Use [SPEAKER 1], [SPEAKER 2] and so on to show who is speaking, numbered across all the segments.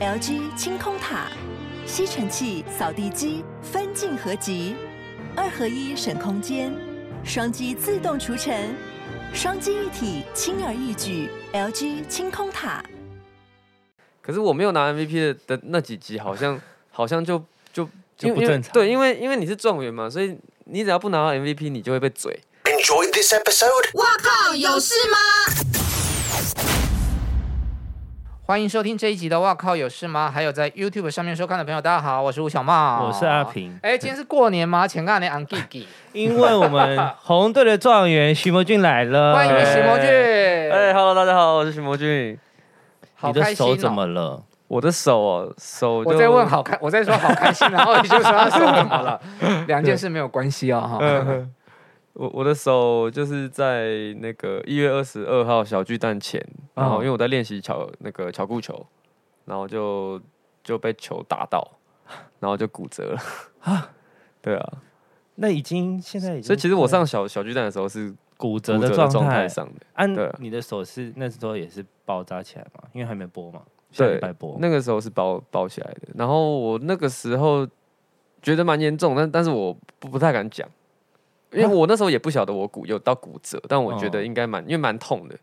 [SPEAKER 1] LG 清空塔、吸尘器、扫地机分镜合集，二合一省空间，双击自动除尘，双击一体轻而易举。LG 清空塔。
[SPEAKER 2] 可是我没有拿 MVP 的的那几集，好像 好像就就
[SPEAKER 3] 就
[SPEAKER 2] 因为
[SPEAKER 3] 不正常
[SPEAKER 2] 因为对，因为因为你是状元嘛，所以你只要不拿到 MVP，你就会被嘴。
[SPEAKER 4] Enjoyed this episode?
[SPEAKER 5] 欢迎收听这一集的《哇靠有事吗》，还有在 YouTube 上面收看的朋友，大家好，我是吴小茂，
[SPEAKER 3] 我是阿。平，
[SPEAKER 5] 哎，今天是过年吗？前两年昂 g 吉，
[SPEAKER 3] 因为我们红队的状元徐魔俊来了，
[SPEAKER 5] 欢迎徐魔俊。
[SPEAKER 2] 哎、h e l l o 大家好，我是徐魔俊。
[SPEAKER 5] 好
[SPEAKER 3] 你
[SPEAKER 5] 开
[SPEAKER 3] 的
[SPEAKER 5] 心
[SPEAKER 3] 手怎么
[SPEAKER 5] 哦！
[SPEAKER 3] 了？
[SPEAKER 2] 我的手哦，手就
[SPEAKER 5] 我在问好开，我在说好开心，然后你就说他手怎 么了？两件事没有关系哦，哈。
[SPEAKER 2] 我我的手就是在那个一月二十二号小巨蛋前，然后
[SPEAKER 3] 哦
[SPEAKER 2] 因为我在练习巧那个巧固球，然后就就被球打到，然后就骨折了。 对啊，
[SPEAKER 3] 那已经现在已经，
[SPEAKER 2] 所以其实我上小小巨蛋的时候是
[SPEAKER 3] 骨折
[SPEAKER 2] 骨
[SPEAKER 3] 的
[SPEAKER 2] 折
[SPEAKER 3] 状
[SPEAKER 2] 的状态
[SPEAKER 3] 态，
[SPEAKER 2] 上的，
[SPEAKER 3] 按
[SPEAKER 2] 对
[SPEAKER 3] 你的手是那时候也是包扎起来嘛，因为还没播嘛，下
[SPEAKER 2] 对
[SPEAKER 3] 礼拜播。
[SPEAKER 2] 那个时候是包包起来的。然后我那个时候觉得蛮严重，但但是我不不太敢讲，因为我那时候也不晓得我骨有到骨折，但我觉得
[SPEAKER 3] 啊哦
[SPEAKER 2] 应该蛮因为蛮痛的。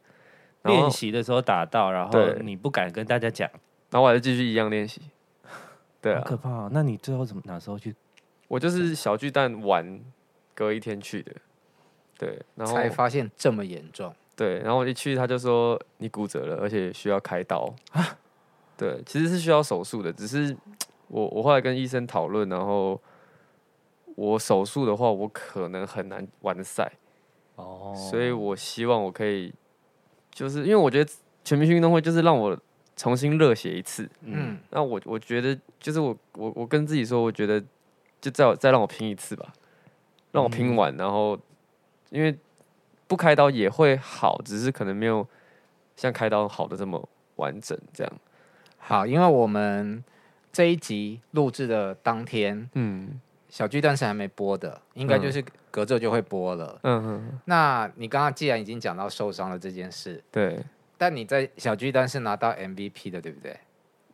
[SPEAKER 2] 然后
[SPEAKER 3] 练习的时候打到，然后
[SPEAKER 2] 对
[SPEAKER 3] 你不敢跟大家讲，
[SPEAKER 2] 然后我还是继续一样练习。对
[SPEAKER 3] 好
[SPEAKER 2] 啊，
[SPEAKER 3] 可怕哦。那你最后怎么哪时候去？
[SPEAKER 2] 我就是小巨蛋玩，隔一天去的。对，然后
[SPEAKER 5] 才发现这么严重，
[SPEAKER 2] 对，然后我一去他就说你骨折了，而且需要开刀 对，其实是需要手术的，只是我我后来跟医生讨论，然后我手术的话，我可能很难完赛，
[SPEAKER 3] 哦
[SPEAKER 2] 所以我希望我可以，就是因为我觉得全明星运动会就是让我重新热血一次。
[SPEAKER 5] 嗯，
[SPEAKER 2] 那我我觉得就是我我我跟自己说，我觉得就再再让我拼一次吧，让我拼完，然后因为不开刀也会好，只是可能没有像开刀好的这么完整这样。
[SPEAKER 5] 好，因为我们这一集录制的当天，
[SPEAKER 2] 嗯
[SPEAKER 5] 小巨蛋是还没播的，应该就是
[SPEAKER 3] 嗯
[SPEAKER 5] 隔着就会播了。
[SPEAKER 2] 嗯嗯，
[SPEAKER 5] 那你刚刚既然已经讲到受伤了这件事，
[SPEAKER 2] 对，
[SPEAKER 5] 但你在小巨蛋是拿到 MVP 的，对不对？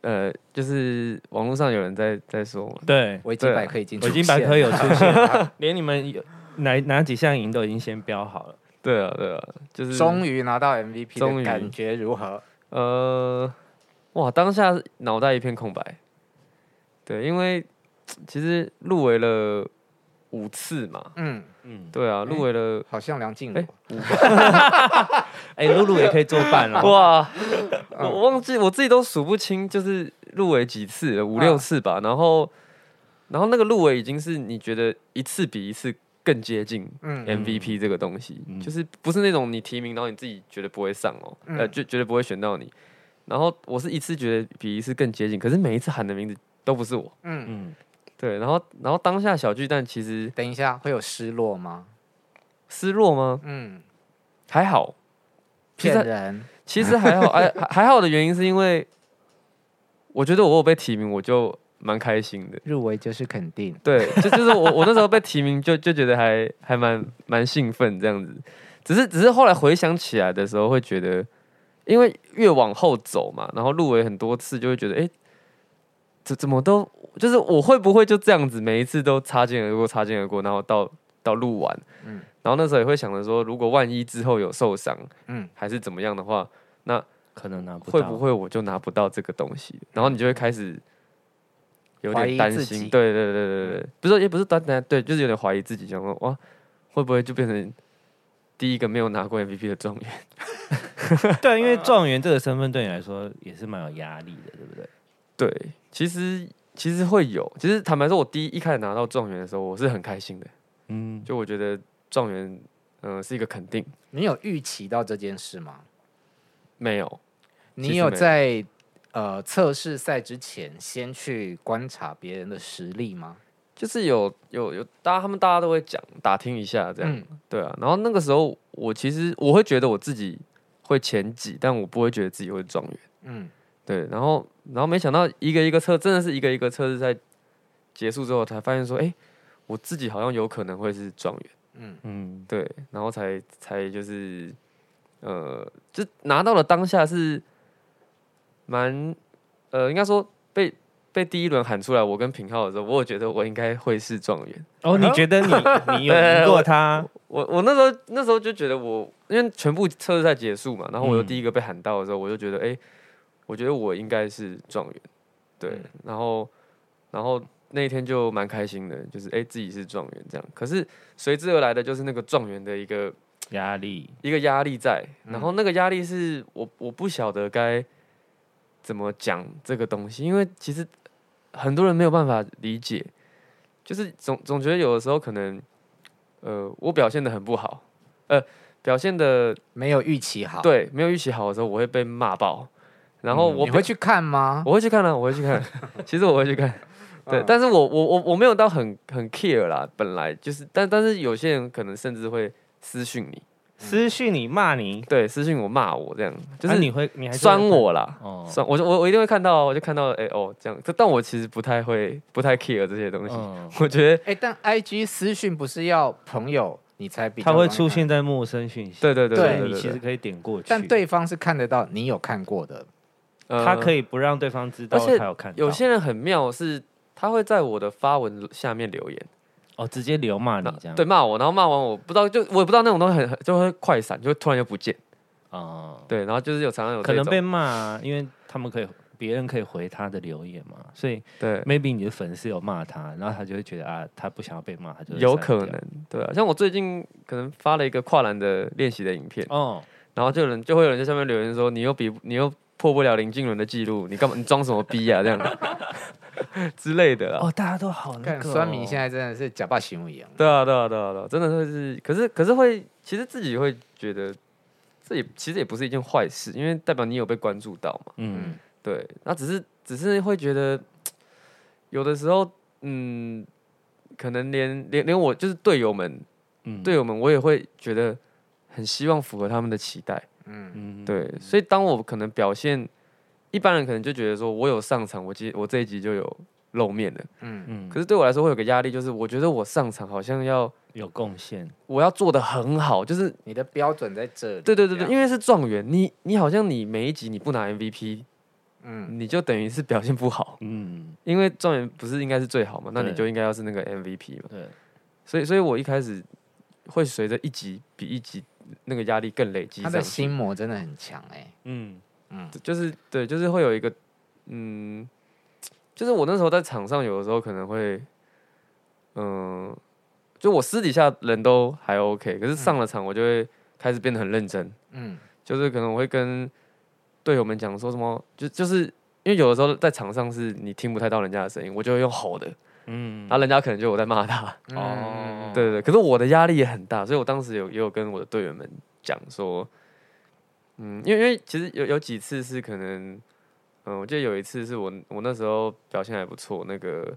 [SPEAKER 2] 呃，就是网络上有人在在说嘛，
[SPEAKER 3] 对，
[SPEAKER 5] 维基
[SPEAKER 2] 对啊
[SPEAKER 5] 百科已经
[SPEAKER 3] 我已经
[SPEAKER 5] 出现
[SPEAKER 3] 百科有
[SPEAKER 5] 了
[SPEAKER 3] 出现， 连你们有哪哪几项赢都已经先标好了。
[SPEAKER 2] 对啊对啊，就是
[SPEAKER 5] 终于拿到 MVP
[SPEAKER 2] 终于
[SPEAKER 5] 的感觉如何？
[SPEAKER 2] 呃，哇，当下脑袋一片空白。对，因为其实入围了五次嘛，
[SPEAKER 5] 嗯，
[SPEAKER 3] 嗯，
[SPEAKER 2] 对啊，入围了。
[SPEAKER 5] 好像梁静茹、
[SPEAKER 2] 哎
[SPEAKER 3] 哎，露露也可以作伴了。
[SPEAKER 2] 哇，
[SPEAKER 5] 嗯
[SPEAKER 2] 我我忘记我自己都数不清，就是入围几次了，五六次
[SPEAKER 5] 嗯
[SPEAKER 2] 吧。然后，然后那个入围已经是你觉得一次比一次更接近
[SPEAKER 5] 嗯
[SPEAKER 2] MVP 这个东西，
[SPEAKER 3] 嗯
[SPEAKER 2] 就是不是那种你提名然后你自己觉得不会上哦，
[SPEAKER 5] 嗯
[SPEAKER 2] 呃，就绝对不会选到你。然后我是一次觉得比一次更接近，可是每一次喊的名字都不是我。
[SPEAKER 5] 嗯，
[SPEAKER 3] 嗯，
[SPEAKER 2] 对，然后然后当下小巨蛋其实
[SPEAKER 5] 等一下会有失落吗？
[SPEAKER 2] 失落吗？
[SPEAKER 5] 嗯，
[SPEAKER 2] 还好，其实
[SPEAKER 5] 骗人，
[SPEAKER 2] 其实还 好，哎还还还好的原因是因为，我觉得我有被提名，我就蛮开心的。
[SPEAKER 5] 入围就是肯定。
[SPEAKER 2] 对，就就是我我那时候被提名就，就觉得还还蛮蛮兴奋这样子。只是只是后来回想起来的时候，会觉得，因为越往后走嘛，然后入围很多次，就会觉得，哎、怎怎么都就是我会不会就这样子，每一次都擦肩而过，擦肩而过，然后到到录完，
[SPEAKER 5] 嗯
[SPEAKER 2] 然后那时候也会想着说，如果万一之后有受伤
[SPEAKER 5] 嗯，
[SPEAKER 2] 还是怎么样的话，
[SPEAKER 3] 可能拿不
[SPEAKER 2] 会
[SPEAKER 3] 到
[SPEAKER 2] 不会我就拿不到这个东西？然后你就会开始有
[SPEAKER 5] 怀
[SPEAKER 2] 点
[SPEAKER 5] 疑
[SPEAKER 2] 担
[SPEAKER 5] 自
[SPEAKER 2] 心，
[SPEAKER 5] 己
[SPEAKER 2] 对对对对对对，不是也不是担担，对，就是有点怀疑自己，想说哇，会不会就变成第一个没有拿过 MVP 的状元？
[SPEAKER 3] 对，因为状元这个身份对你来说也是蛮有压力的，对不对？
[SPEAKER 2] 对，其实其实会有，其实坦白说，我第一一开始拿到状元的时候，我是很开心的，
[SPEAKER 3] 嗯，
[SPEAKER 2] 就我觉得状元，嗯、是一个肯定，
[SPEAKER 5] 你有预期到这件事吗？
[SPEAKER 2] 没有，其实
[SPEAKER 5] 你有
[SPEAKER 2] 没有
[SPEAKER 5] 在呃测试赛之前先去观察别人的实力吗？
[SPEAKER 2] 就是有有有，大家他们大家都会讲打听一下这样，
[SPEAKER 5] 嗯
[SPEAKER 2] 对啊，然后那个时候我其实我会觉得我自己会前几，但我不会觉得自己会状元。
[SPEAKER 5] 嗯，
[SPEAKER 2] 对，然后然后没想到一个一个测，真的是一个一个测试在结束之后才发现说，哎，我自己好像有可能会是状元。
[SPEAKER 3] 嗯，
[SPEAKER 2] 对，然后才才就是呃，就拿到了当下是蛮呃，应该说被被第一轮喊出来我跟平浩的时候，我有觉得我应该会是状元。
[SPEAKER 3] 哦，你觉得你你有赢过他？
[SPEAKER 2] 我我那时候那时候就觉得我，因为全部测试赛结束嘛，然后我又
[SPEAKER 3] 嗯
[SPEAKER 2] 第一个被喊到的时候，我就觉得，哎、我觉得我应该是状元，对，然后然后那一天就蛮开心的，就是哎、自己是状元这样。可是随之而来的就是那个状元的一个
[SPEAKER 3] 压力，
[SPEAKER 2] 一个压力在，
[SPEAKER 5] 嗯
[SPEAKER 2] 然后那个压力是我我不晓得该怎么讲这个东西，因为其实很多人没有办法理解，就是总总觉得有的时候可能，呃，我表现的很不好，呃，表现的
[SPEAKER 5] 没有预期好。，嗯
[SPEAKER 2] 对没有预期好的时候，我会被骂爆，然后我
[SPEAKER 5] 你
[SPEAKER 2] 表
[SPEAKER 5] 会去看吗？嗯
[SPEAKER 2] 我会去看啊，我会去 看，其实我会去看。对，但是我我我我没有到很很 care 啦，本来就是，但但是有些人可能甚至会私讯你，
[SPEAKER 3] 私讯你骂你，
[SPEAKER 2] 对，私讯我骂我这样，就
[SPEAKER 3] 啊
[SPEAKER 2] 是
[SPEAKER 3] 你会你还是会
[SPEAKER 2] 酸我啦，
[SPEAKER 3] 哦
[SPEAKER 2] 酸我就我我一定会看到啊，我就看到哎、哦这样，这但我其实不太会不太 care 这些东西，
[SPEAKER 3] 嗯，
[SPEAKER 2] 我觉得
[SPEAKER 5] 哎，但 I G 私讯不是要朋友你才比较
[SPEAKER 3] 他会
[SPEAKER 5] 容易看
[SPEAKER 3] 出现，在陌生讯息，
[SPEAKER 2] 对对对
[SPEAKER 5] 对
[SPEAKER 2] 对对
[SPEAKER 3] 你
[SPEAKER 2] 对
[SPEAKER 3] 其实
[SPEAKER 2] 对，
[SPEAKER 3] 可以点过去，
[SPEAKER 5] 但对方是看得到你有看过的。
[SPEAKER 2] 呃
[SPEAKER 3] 他可以不让对方知道
[SPEAKER 2] 而且
[SPEAKER 3] 他有看到，
[SPEAKER 2] 有些人很妙是。他会在我的发文下面留言，
[SPEAKER 3] 哦直接流骂你
[SPEAKER 2] 那
[SPEAKER 3] 这样，
[SPEAKER 2] 对骂我，然后骂完我不知道，就我也不知道那种东西很很就会快闪，就会突然就不见，
[SPEAKER 3] 哦，
[SPEAKER 2] 对，然后就是有常常有这
[SPEAKER 3] 可能
[SPEAKER 2] 种
[SPEAKER 3] 被骂啊，因为他们可以别人可以回他的留言嘛，所以
[SPEAKER 2] 对
[SPEAKER 3] maybe 你的粉丝有骂他，然后他就会觉得啊，他不想要被骂，他就会
[SPEAKER 2] 有
[SPEAKER 3] 删掉
[SPEAKER 2] 可能对啊，像我最近可能发了一个跨栏的练习的影片，
[SPEAKER 3] 哦，
[SPEAKER 2] 然后就有人就会有人在下面留言说：“你又比你又破不了林俊伦的记录，你干嘛？你装什么逼呀、啊？这样 之类的啦。啊
[SPEAKER 3] 哦，大家都好
[SPEAKER 2] 嗯
[SPEAKER 3] 那
[SPEAKER 5] 看
[SPEAKER 3] 个、哦，
[SPEAKER 5] 酸民现在真的是假扮行为一样。
[SPEAKER 2] 对啊，对啊，对啊，对啊，真的会是，可是可是会，其实自己会觉得，这也其实也不是一件坏事，因为代表你有被关注到嘛。
[SPEAKER 3] 嗯，
[SPEAKER 2] 对，那只是只是会觉得，有的时候，嗯，可能连连连我就是队友们，
[SPEAKER 3] 嗯
[SPEAKER 2] 队友们，我也会觉得很希望符合他们的期待。
[SPEAKER 5] 嗯，
[SPEAKER 3] 嗯，
[SPEAKER 2] 对，所以当我可能表现，一般人可能就觉得说我有上场，我今我这一集就有露面了。
[SPEAKER 5] 嗯，
[SPEAKER 3] 嗯，
[SPEAKER 2] 可是对我来说会有个压力，就是我觉得我上场好像要
[SPEAKER 3] 有贡献，
[SPEAKER 2] 我要做的很好，就是
[SPEAKER 5] 你的标准在这里。啊
[SPEAKER 2] 对对对对，
[SPEAKER 5] 为
[SPEAKER 2] 因为是状元，你你好像你每一集你不拿 MVP，
[SPEAKER 5] 嗯，
[SPEAKER 2] 你就等于是表现不好，
[SPEAKER 3] 嗯，
[SPEAKER 2] 因为状元不是应该是最好嘛，那你
[SPEAKER 3] 对
[SPEAKER 2] 就应该要是那个 MVP 嘛。
[SPEAKER 3] 对，
[SPEAKER 2] 所以所以我一开始会随着一集比一集那个压力更累积
[SPEAKER 5] 他
[SPEAKER 2] 上
[SPEAKER 5] 的
[SPEAKER 2] 去。
[SPEAKER 5] 心魔真的很强哎。
[SPEAKER 3] 嗯，
[SPEAKER 2] 就是对，就是会有一个，嗯，就是我那时候在场上，有的时候可能会，嗯、就我私底下人都还 OK，可是上了场我就会开始变得很认真，
[SPEAKER 5] 嗯，
[SPEAKER 2] 就是可能我会跟队友们讲说什么，就就是因为有的时候在场上是你听不太到人家的声音，我就会用吼的，
[SPEAKER 3] 嗯
[SPEAKER 2] 然，后人家可能觉得我在骂他，
[SPEAKER 5] 嗯
[SPEAKER 3] 哦
[SPEAKER 2] 对对对，可是我的压力也很大，所以我当时有也有跟我的队员们讲说，嗯，因为因为其实有有几次是可能，嗯，我记得有一次是我我那时候表现还不错，那个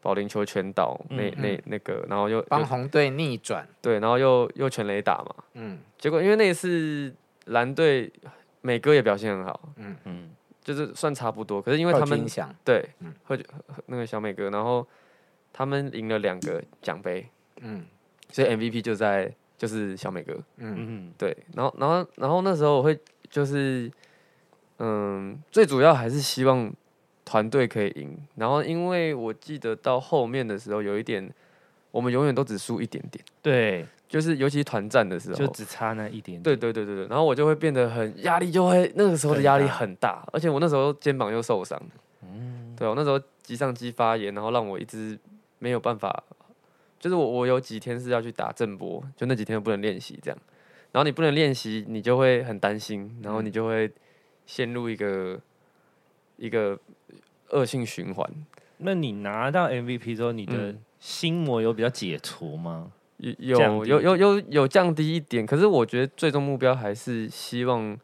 [SPEAKER 2] 保龄球全倒那
[SPEAKER 3] 嗯
[SPEAKER 2] 那那个，然后又
[SPEAKER 5] 帮
[SPEAKER 2] 又
[SPEAKER 5] 红队逆转。
[SPEAKER 2] 对，然后又又全垒打嘛，
[SPEAKER 5] 嗯
[SPEAKER 2] 结果因为那一次蓝队美哥也表现很好，
[SPEAKER 5] 嗯，
[SPEAKER 3] 嗯，
[SPEAKER 2] 就是算差不多，可是因为
[SPEAKER 5] 贺
[SPEAKER 2] 他们
[SPEAKER 5] 军翔
[SPEAKER 2] 对
[SPEAKER 5] 嗯，
[SPEAKER 2] 或者那个小美哥，然后他们赢了两个奖杯，
[SPEAKER 5] 嗯
[SPEAKER 2] 所以 MVP 就在就是小美哥。
[SPEAKER 5] 嗯
[SPEAKER 3] 嗯，
[SPEAKER 2] 对，然后然后然后那时候我会就是，嗯，最主要还是希望团队可以赢。然后因为我记得到后面的时候有一点，我们永远都只输一点点，
[SPEAKER 3] 对，
[SPEAKER 2] 就是尤其团战的时
[SPEAKER 3] 就
[SPEAKER 2] 候。
[SPEAKER 3] 只差那一点点，
[SPEAKER 2] 对对对对对，然后我就会变得很压力，就会那个时候的
[SPEAKER 3] 更
[SPEAKER 2] 压力
[SPEAKER 3] 大嗯
[SPEAKER 2] 很大，而且我那时候肩膀又受伤，对我那时候脊上肌发炎，然后让我一直没有办法，就是我我有几天是要去打正波，就那几天都不能练习这样，然后你不能练习，你就会很担心，然
[SPEAKER 3] 嗯
[SPEAKER 2] 后你就会陷入一个一个恶性循环，
[SPEAKER 3] 那你拿到 MVP 之后，你的
[SPEAKER 2] 嗯
[SPEAKER 3] 心魔有比较解除吗？
[SPEAKER 2] 有
[SPEAKER 3] 降
[SPEAKER 2] 有
[SPEAKER 3] 低
[SPEAKER 2] 有有有有降低一点，可是我觉得最终目标还是希望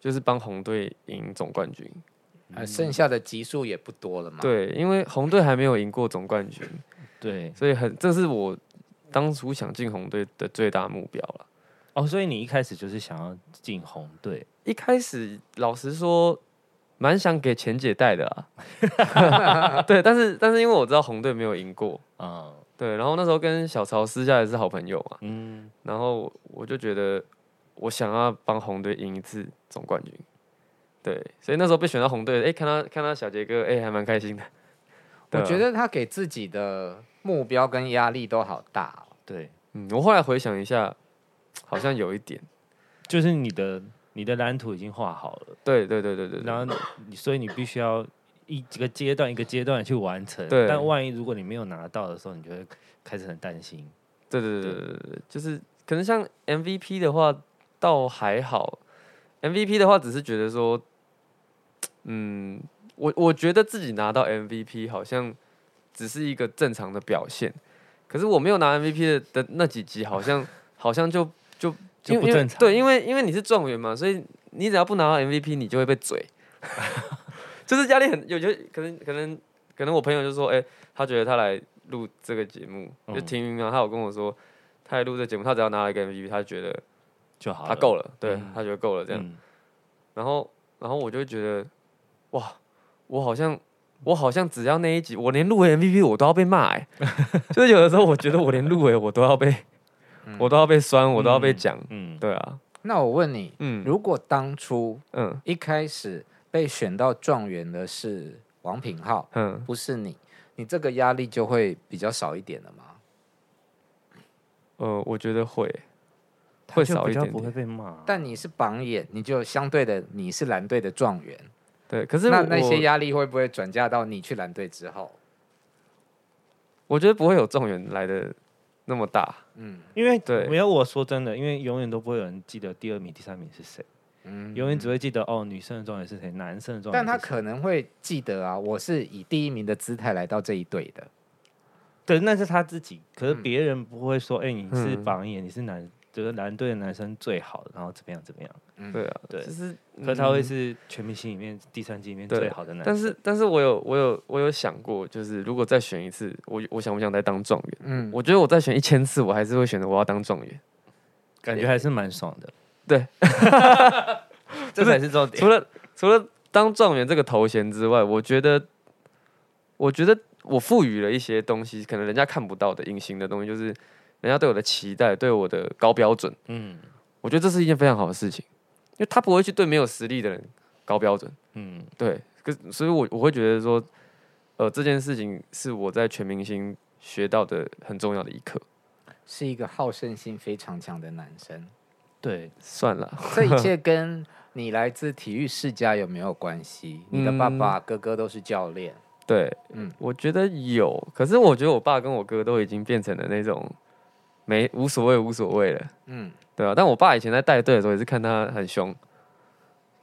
[SPEAKER 2] 就是帮红队赢总冠军。
[SPEAKER 5] 呃，剩下的集数也不多了嘛。，
[SPEAKER 2] 嗯对，因为红队还没有赢过总冠军，
[SPEAKER 3] 对，
[SPEAKER 2] 所以很这是我当初想进红队的最大目标了。
[SPEAKER 3] 哦，所以你一开始就是想要进红队，
[SPEAKER 2] 一开始老实说，蛮想给钱姐带的 啦，对，但是但是因为我知道红队没有赢过，
[SPEAKER 3] 嗯
[SPEAKER 2] 对，然后那时候跟小曹私下也是好朋友嘛，
[SPEAKER 3] 嗯，
[SPEAKER 2] 然后我就觉得我想要帮红队赢一次总冠军，对，所以那时候被选到红队，哎、看到看到小杰哥，哎、还蛮开心的。对
[SPEAKER 5] 我
[SPEAKER 2] 啊
[SPEAKER 5] 觉，得他给自己的目标跟压力都好大、哦。
[SPEAKER 3] 对，
[SPEAKER 2] 嗯，我后来回想一下，好像有一点，
[SPEAKER 3] 就是你的你的蓝图已经画好了，
[SPEAKER 2] 对对对对对对，
[SPEAKER 3] 然后你所以你必须要一几个阶段一个阶段去完成。
[SPEAKER 2] 对
[SPEAKER 3] 但万一如果你没有拿到的时候，你就会开始很担心。
[SPEAKER 2] 对对对对对对，就是可能像 MVP 的话倒还好，MVP 的话只是觉得说，嗯，我我觉得自己拿到 MVP 好像只是一个正常的表现，可是我没有拿 MVP 的的那几集好 像好像就就
[SPEAKER 3] 就
[SPEAKER 2] 因为
[SPEAKER 3] 不正常
[SPEAKER 2] 对，因为因为你是状元嘛，所以你只要不拿到 MVP，你就会被嘴， 就是压力很有就可能可能可能我朋友就说，哎、他觉得他来录这个节目，就
[SPEAKER 3] 嗯
[SPEAKER 2] 提名啊，他有跟我说，他来录这节目，他只要拿了一个 MVP，他觉得
[SPEAKER 3] 就好了，
[SPEAKER 2] 他够了，对
[SPEAKER 3] 嗯
[SPEAKER 2] 他觉得够了这样。
[SPEAKER 3] 嗯
[SPEAKER 2] 然后，然后我就会觉得，哇，我好像，我好像只要那一集，我连入围 MVP 我都要被骂、 欸，就是有的时候我觉得我连入围我都要被，我都要被酸，我都要被讲，
[SPEAKER 3] 嗯，
[SPEAKER 2] 对啊，
[SPEAKER 5] 那我问你，
[SPEAKER 2] 嗯
[SPEAKER 5] 如果当初
[SPEAKER 2] 嗯
[SPEAKER 5] 一开始被选到状元的是王品浩，
[SPEAKER 2] 嗯，
[SPEAKER 5] 不是你，你这个压力就会比较少一点了吗？
[SPEAKER 2] 呃，我觉得会
[SPEAKER 3] 他
[SPEAKER 2] 会
[SPEAKER 3] 就
[SPEAKER 2] 少
[SPEAKER 3] 比
[SPEAKER 2] 一
[SPEAKER 3] 较
[SPEAKER 2] 点
[SPEAKER 3] 不会
[SPEAKER 2] 点，
[SPEAKER 3] 被骂。
[SPEAKER 5] 但你是榜眼，你就相对的你是蓝队的状元，
[SPEAKER 2] 对，可是
[SPEAKER 5] 那
[SPEAKER 2] 我
[SPEAKER 5] 那些压力会不会转嫁到你去蓝队之后？
[SPEAKER 2] 我觉得不会有状元来的那么大，
[SPEAKER 5] 嗯
[SPEAKER 3] 因为
[SPEAKER 2] 对
[SPEAKER 3] 没有我说真的，因为永远都不会有人记得第二名、第三名是谁，
[SPEAKER 5] 嗯
[SPEAKER 3] 永远只会记得哦，女生的状元是谁，男生的状元
[SPEAKER 5] 但
[SPEAKER 3] 是谁。
[SPEAKER 5] 他可能会记得啊，我是以第一名的姿态来到这一队的。
[SPEAKER 3] 对，那是他自己，可是
[SPEAKER 5] 嗯
[SPEAKER 3] 别人不会说，哎、你是
[SPEAKER 2] 嗯
[SPEAKER 3] 榜眼，你是男，就是男队的男生最好，然后怎么样怎么样。
[SPEAKER 2] 对啊，
[SPEAKER 3] 对
[SPEAKER 2] 就是，
[SPEAKER 3] 可是他会
[SPEAKER 2] 嗯
[SPEAKER 3] 是全明星里面第三季里面
[SPEAKER 2] 对
[SPEAKER 3] 最好的
[SPEAKER 2] 啊
[SPEAKER 3] 男
[SPEAKER 2] 但
[SPEAKER 3] 生。
[SPEAKER 2] 是，但是我有，我有，我有想过，就是如果再选一次，我我想不想再当状元？
[SPEAKER 5] 嗯，
[SPEAKER 2] 我觉得我再选一千次，我还是会选择我要当状元。
[SPEAKER 3] 感觉还是蛮爽的。
[SPEAKER 2] 对，
[SPEAKER 3] 这才是重 点。
[SPEAKER 2] 除了除了当状元这个头衔之外，我觉得，我觉得我赋予了一些东西，可能人家看不到的隐形的东西，就是人家对我的期待，对我的高标准。
[SPEAKER 3] 嗯
[SPEAKER 2] 我觉得这是一件非常好的事情，因为他不会去对没有实力的人高标准。
[SPEAKER 3] 嗯，
[SPEAKER 2] 对，可是所以我，我会觉得说，呃，这件事情是我在全明星学到的很重要的一课。
[SPEAKER 5] 是一个好胜心非常强的男生，
[SPEAKER 3] 对，
[SPEAKER 2] 算了，
[SPEAKER 5] 这一切跟你来自体育世家有没有关系？你的
[SPEAKER 2] 嗯
[SPEAKER 5] 爸爸、哥哥都是教练，
[SPEAKER 2] 对，
[SPEAKER 5] 嗯
[SPEAKER 2] 我觉得有，可是我觉得我爸跟我哥都已经变成了那种没无所谓无所谓了，
[SPEAKER 5] 嗯，
[SPEAKER 2] 对啊，但我爸以前在带队的时候也是看他很凶，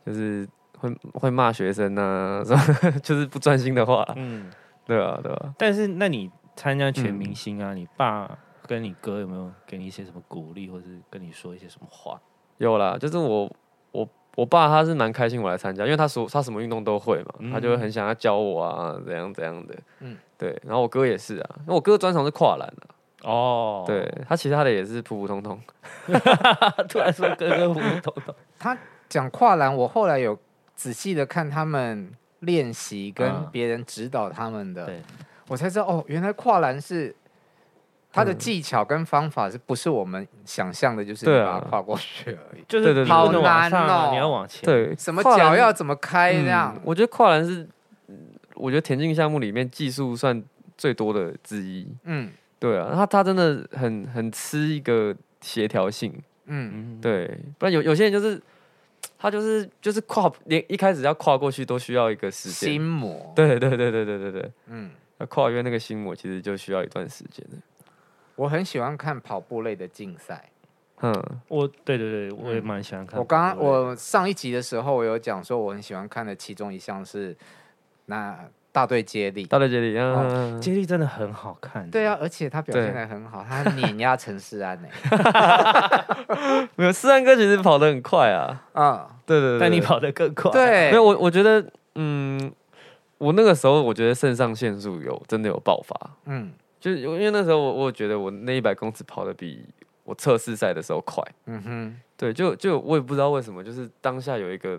[SPEAKER 2] 就是会会骂学生呐、啊，什么 就是不专心的话，
[SPEAKER 3] 嗯。
[SPEAKER 2] 对啊，对啊，
[SPEAKER 3] 但是，那你参加全明星啊，你爸跟你哥有没有给你一些什么鼓励，或是跟你说一些什么话？
[SPEAKER 2] 有啦，就是我我我爸他是蛮开心我来参加，因为他所他什么运动都会嘛，
[SPEAKER 3] 嗯
[SPEAKER 2] 他就会很想要教我啊，怎样怎样的，
[SPEAKER 5] 嗯
[SPEAKER 2] 嗯，对。然后我哥也是啊，那我哥专长是跨栏啊，
[SPEAKER 3] 哦，
[SPEAKER 2] 对，他其他的也是普普通通，
[SPEAKER 3] 突然说哥哥我头 痛。
[SPEAKER 5] 他讲跨栏，我后来有仔细的看他们练习跟
[SPEAKER 3] 嗯
[SPEAKER 5] 别人指导他们的，
[SPEAKER 3] 对
[SPEAKER 5] 我才知道哦，原来跨栏是。他的技巧跟方法是不是我们想象的，就是
[SPEAKER 2] 对
[SPEAKER 5] 你
[SPEAKER 2] 啊
[SPEAKER 5] 把它跨过去而已？
[SPEAKER 3] 就是
[SPEAKER 2] 对对
[SPEAKER 3] 你
[SPEAKER 2] 对
[SPEAKER 3] 不能往上
[SPEAKER 5] 好难
[SPEAKER 3] 啊，
[SPEAKER 5] 哦
[SPEAKER 3] 你要往前。，
[SPEAKER 2] 对，
[SPEAKER 5] 什么
[SPEAKER 2] 跨栏
[SPEAKER 5] 脚要怎么开啊这样
[SPEAKER 2] 嗯？我觉得跨栏是，我觉得田径项目里面技术算最多的之一，
[SPEAKER 5] 嗯
[SPEAKER 2] 对啊，他他真的很很吃一个协调性，
[SPEAKER 5] 嗯，
[SPEAKER 3] 嗯，
[SPEAKER 2] 对，不然有有些人就是。他就是就是跨连一开始要跨过去都需要一个时间，
[SPEAKER 5] 心魔。
[SPEAKER 2] 对对对对对对对，
[SPEAKER 5] 嗯，
[SPEAKER 2] 要跨越那个心魔，其实就需要一段时间的。
[SPEAKER 5] 我很喜欢看跑步类的竞赛。
[SPEAKER 2] 嗯，
[SPEAKER 3] 我对对对，我也蛮喜欢看跑步
[SPEAKER 5] 我
[SPEAKER 3] 的。
[SPEAKER 5] 刚刚我上一集的时候，我有讲说我很喜欢看的其中一项是那大队接力。
[SPEAKER 2] 大队接力，嗯
[SPEAKER 5] 哦
[SPEAKER 2] 嗯，嗯
[SPEAKER 3] 接力真的很好看。
[SPEAKER 5] 对啊，而且他表现
[SPEAKER 2] 对
[SPEAKER 5] 的很好，他碾压陈世安 呢、
[SPEAKER 2] 嗯没有四三哥其实跑得很快啊，
[SPEAKER 5] 嗯，
[SPEAKER 2] 对对对，
[SPEAKER 3] 但你
[SPEAKER 2] 对
[SPEAKER 3] 跑得更快。
[SPEAKER 5] 对，
[SPEAKER 2] 没有我我觉得，嗯，我那个时候我觉得肾上腺素有真的有爆发，
[SPEAKER 5] 嗯
[SPEAKER 2] 就是因为那时候我我觉得我那一百公尺跑得比我测试赛的时候快，
[SPEAKER 5] 嗯哼，
[SPEAKER 2] 对，就就我也不知道为什么，就是当下有一个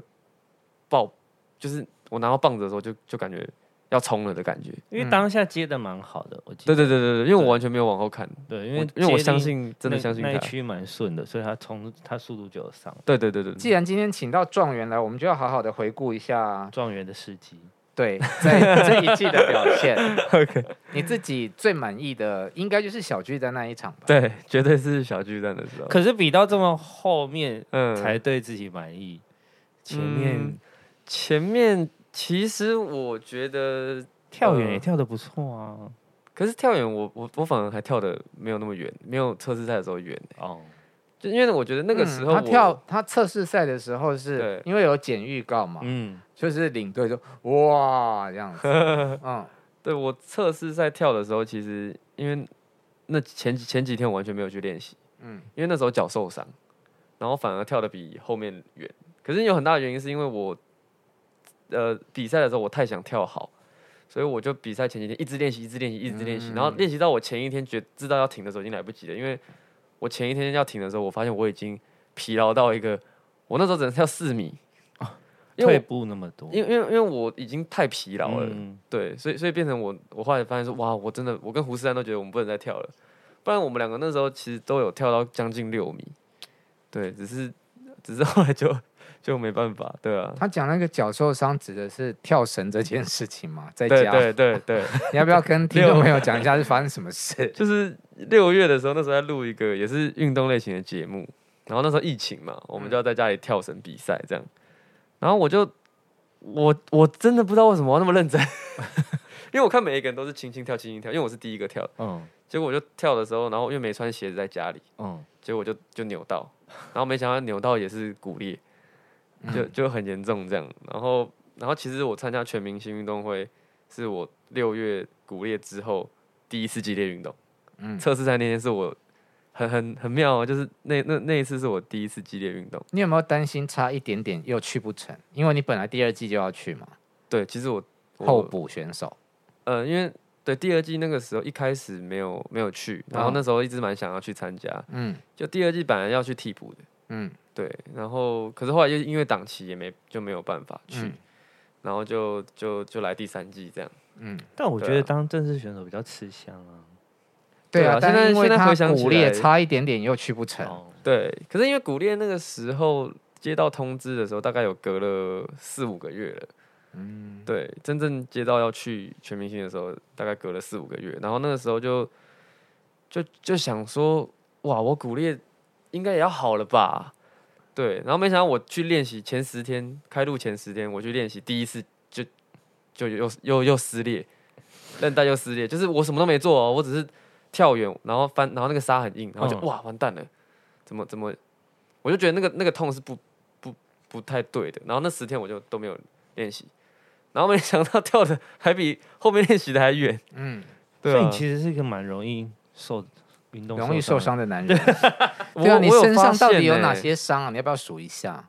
[SPEAKER 2] 爆，就是我拿到棒子的时候就就感觉。要冲了的感觉。
[SPEAKER 3] 因为
[SPEAKER 5] 嗯
[SPEAKER 3] 当下接的蛮好的，我记
[SPEAKER 2] 对
[SPEAKER 3] 得
[SPEAKER 2] 对对对对，因为我
[SPEAKER 3] 对
[SPEAKER 2] 完全没有往后看，
[SPEAKER 3] 对，
[SPEAKER 2] 因
[SPEAKER 3] 因为
[SPEAKER 2] 为因为我
[SPEAKER 3] 接力
[SPEAKER 2] 相信真的
[SPEAKER 3] 那
[SPEAKER 2] 相信
[SPEAKER 3] 那一
[SPEAKER 2] 他。
[SPEAKER 3] 区蛮顺的，所以他冲他速度就有上
[SPEAKER 2] 对对对对，
[SPEAKER 5] 既然今天请到状元来，我们就要好好的回顾一下，
[SPEAKER 3] 状元的事迹。
[SPEAKER 5] 对，在这一 季的表现，
[SPEAKER 2] OK，
[SPEAKER 5] 你自己最满意的应该就是小巨蛋那一场吧？
[SPEAKER 2] 对， 绝对是小巨蛋的时候。
[SPEAKER 3] 可是比到这么后面
[SPEAKER 2] 嗯
[SPEAKER 3] 才对自己满意，前面
[SPEAKER 2] 嗯前面其实我觉得，
[SPEAKER 3] 跳远也
[SPEAKER 2] 呃
[SPEAKER 3] 跳的不错啊。
[SPEAKER 2] 可是跳远我我我反而还跳的没有那么远，没有测试赛的时候远、
[SPEAKER 3] 哦，
[SPEAKER 2] 就因为我觉得那个
[SPEAKER 5] 嗯
[SPEAKER 2] 时候我、
[SPEAKER 5] 他跳他测试赛的时候是
[SPEAKER 2] 对
[SPEAKER 5] 因为有剪预告嘛，
[SPEAKER 3] 嗯，
[SPEAKER 5] 就是领队就哇这 样子，嗯，
[SPEAKER 2] 对我测试赛跳的时候，其实因为那前几前几天我完全没有去练习，
[SPEAKER 5] 嗯
[SPEAKER 2] 嗯，因为那时候脚受伤，然后反而跳的比后面远。可是有很大的原因是因为我，呃，比赛的时候我太想跳好，所以我就比赛前几天一直练习，一直练习，一直练习，然后
[SPEAKER 5] 嗯
[SPEAKER 2] 练习到我前一天觉知道要停的时候已经来不及了，因为我前一天要停的时候，我发现我已经疲劳到一个，我那时候只能跳四米，因
[SPEAKER 3] 退
[SPEAKER 2] 为
[SPEAKER 3] 步那么多
[SPEAKER 2] 我，因为因为因为我已经太疲劳了。
[SPEAKER 3] 嗯
[SPEAKER 2] 对，所以所以变成我，我后来发现说，哇，我真的，我跟胡思安都觉得我们不能再跳了，不然我们两个那时候其实都有跳到将近六米，对，只是只是后来就 就没办法，对啊，
[SPEAKER 5] 他讲那个脚受伤指的是跳绳这件事情嘛，在
[SPEAKER 2] 对
[SPEAKER 5] 家，
[SPEAKER 2] 对对对，
[SPEAKER 5] 你要不要跟听众朋友讲一下是发生什么事？
[SPEAKER 2] 就是六月的时候，那时候在录一个也是运动类型的节目，然后那时候疫情嘛，我们就要在家里跳绳比赛这样，然后我就我我真的不知道为什么我要那么认真， 因为我看每一个人都是轻轻跳轻轻跳，因为我是第一个跳的，
[SPEAKER 3] 嗯
[SPEAKER 2] 结果我就跳的时候，然后因为没穿鞋子在家里。
[SPEAKER 3] 嗯，
[SPEAKER 2] 结果就就扭到，然后没想到扭到也是骨裂，
[SPEAKER 5] 嗯
[SPEAKER 2] 就就很严重这样。然后然后其实我参加全明星运动会是我六月骨裂之后第一次激烈运动，
[SPEAKER 5] 嗯，
[SPEAKER 2] 测试赛那天是我很很很妙哦，就是那那那一次是我第一次激烈运动。
[SPEAKER 5] 你有没有担心差一点点又去不成？因为你本来第二季就要去嘛，
[SPEAKER 2] 对，其实我我
[SPEAKER 5] 候补选手，
[SPEAKER 2] 呃，因为对第二季那个时候一开始没有没有去，然后
[SPEAKER 5] 哦
[SPEAKER 2] 那时候一直蛮想要去参加，
[SPEAKER 5] 嗯
[SPEAKER 2] 就第二季本来要去替补的。
[SPEAKER 5] 嗯
[SPEAKER 2] 对，然后可是后来就因为档期也没就没有办法去，
[SPEAKER 5] 嗯
[SPEAKER 2] 然后就就就来第三季这样。
[SPEAKER 5] 嗯，
[SPEAKER 3] 但我觉
[SPEAKER 2] 对
[SPEAKER 3] 得
[SPEAKER 2] 啊
[SPEAKER 3] 当正式选手比较吃香啊。
[SPEAKER 5] 对
[SPEAKER 2] 对
[SPEAKER 5] 啊
[SPEAKER 2] 啊，
[SPEAKER 5] 但
[SPEAKER 2] 现在
[SPEAKER 5] 因为
[SPEAKER 2] 现在
[SPEAKER 5] 他
[SPEAKER 2] 回想起
[SPEAKER 5] 骨裂
[SPEAKER 2] 来
[SPEAKER 5] 差一点点又去不成，
[SPEAKER 3] 哦，
[SPEAKER 2] 对，可是因为古烈那个时候接到通知的时候，大概有隔了四五个月了。嗯，对，真正接到要去全明星的时候，大概隔了四五个月。然后那个时候就就就想说，哇，我骨裂应该也要好了吧？对，然后没想到我去练习前十天，开录前十天我去练习，第一次就就又又又撕裂，韧带又撕裂，就是我什么都没做哦，我只是跳远，然后翻，然后那个沙很硬，然后就、
[SPEAKER 3] 嗯
[SPEAKER 2] 哇完蛋了，怎么怎么，我就觉得那个那个痛是不不不太对的，然后那十天我就都没有练习，然后没想到跳的还比后面练习的还远，
[SPEAKER 5] 嗯，
[SPEAKER 2] 对、
[SPEAKER 3] 所以
[SPEAKER 2] 啊
[SPEAKER 3] 你，其实是一个蛮容易受运动
[SPEAKER 5] 容易受伤
[SPEAKER 3] 的。
[SPEAKER 5] 的 男人。
[SPEAKER 2] 我
[SPEAKER 5] 对啊，你
[SPEAKER 2] 我有
[SPEAKER 5] 身
[SPEAKER 2] 发
[SPEAKER 5] 上到
[SPEAKER 2] 现
[SPEAKER 5] 底有
[SPEAKER 2] 欸
[SPEAKER 5] 哪些伤啊？你要不要数一下？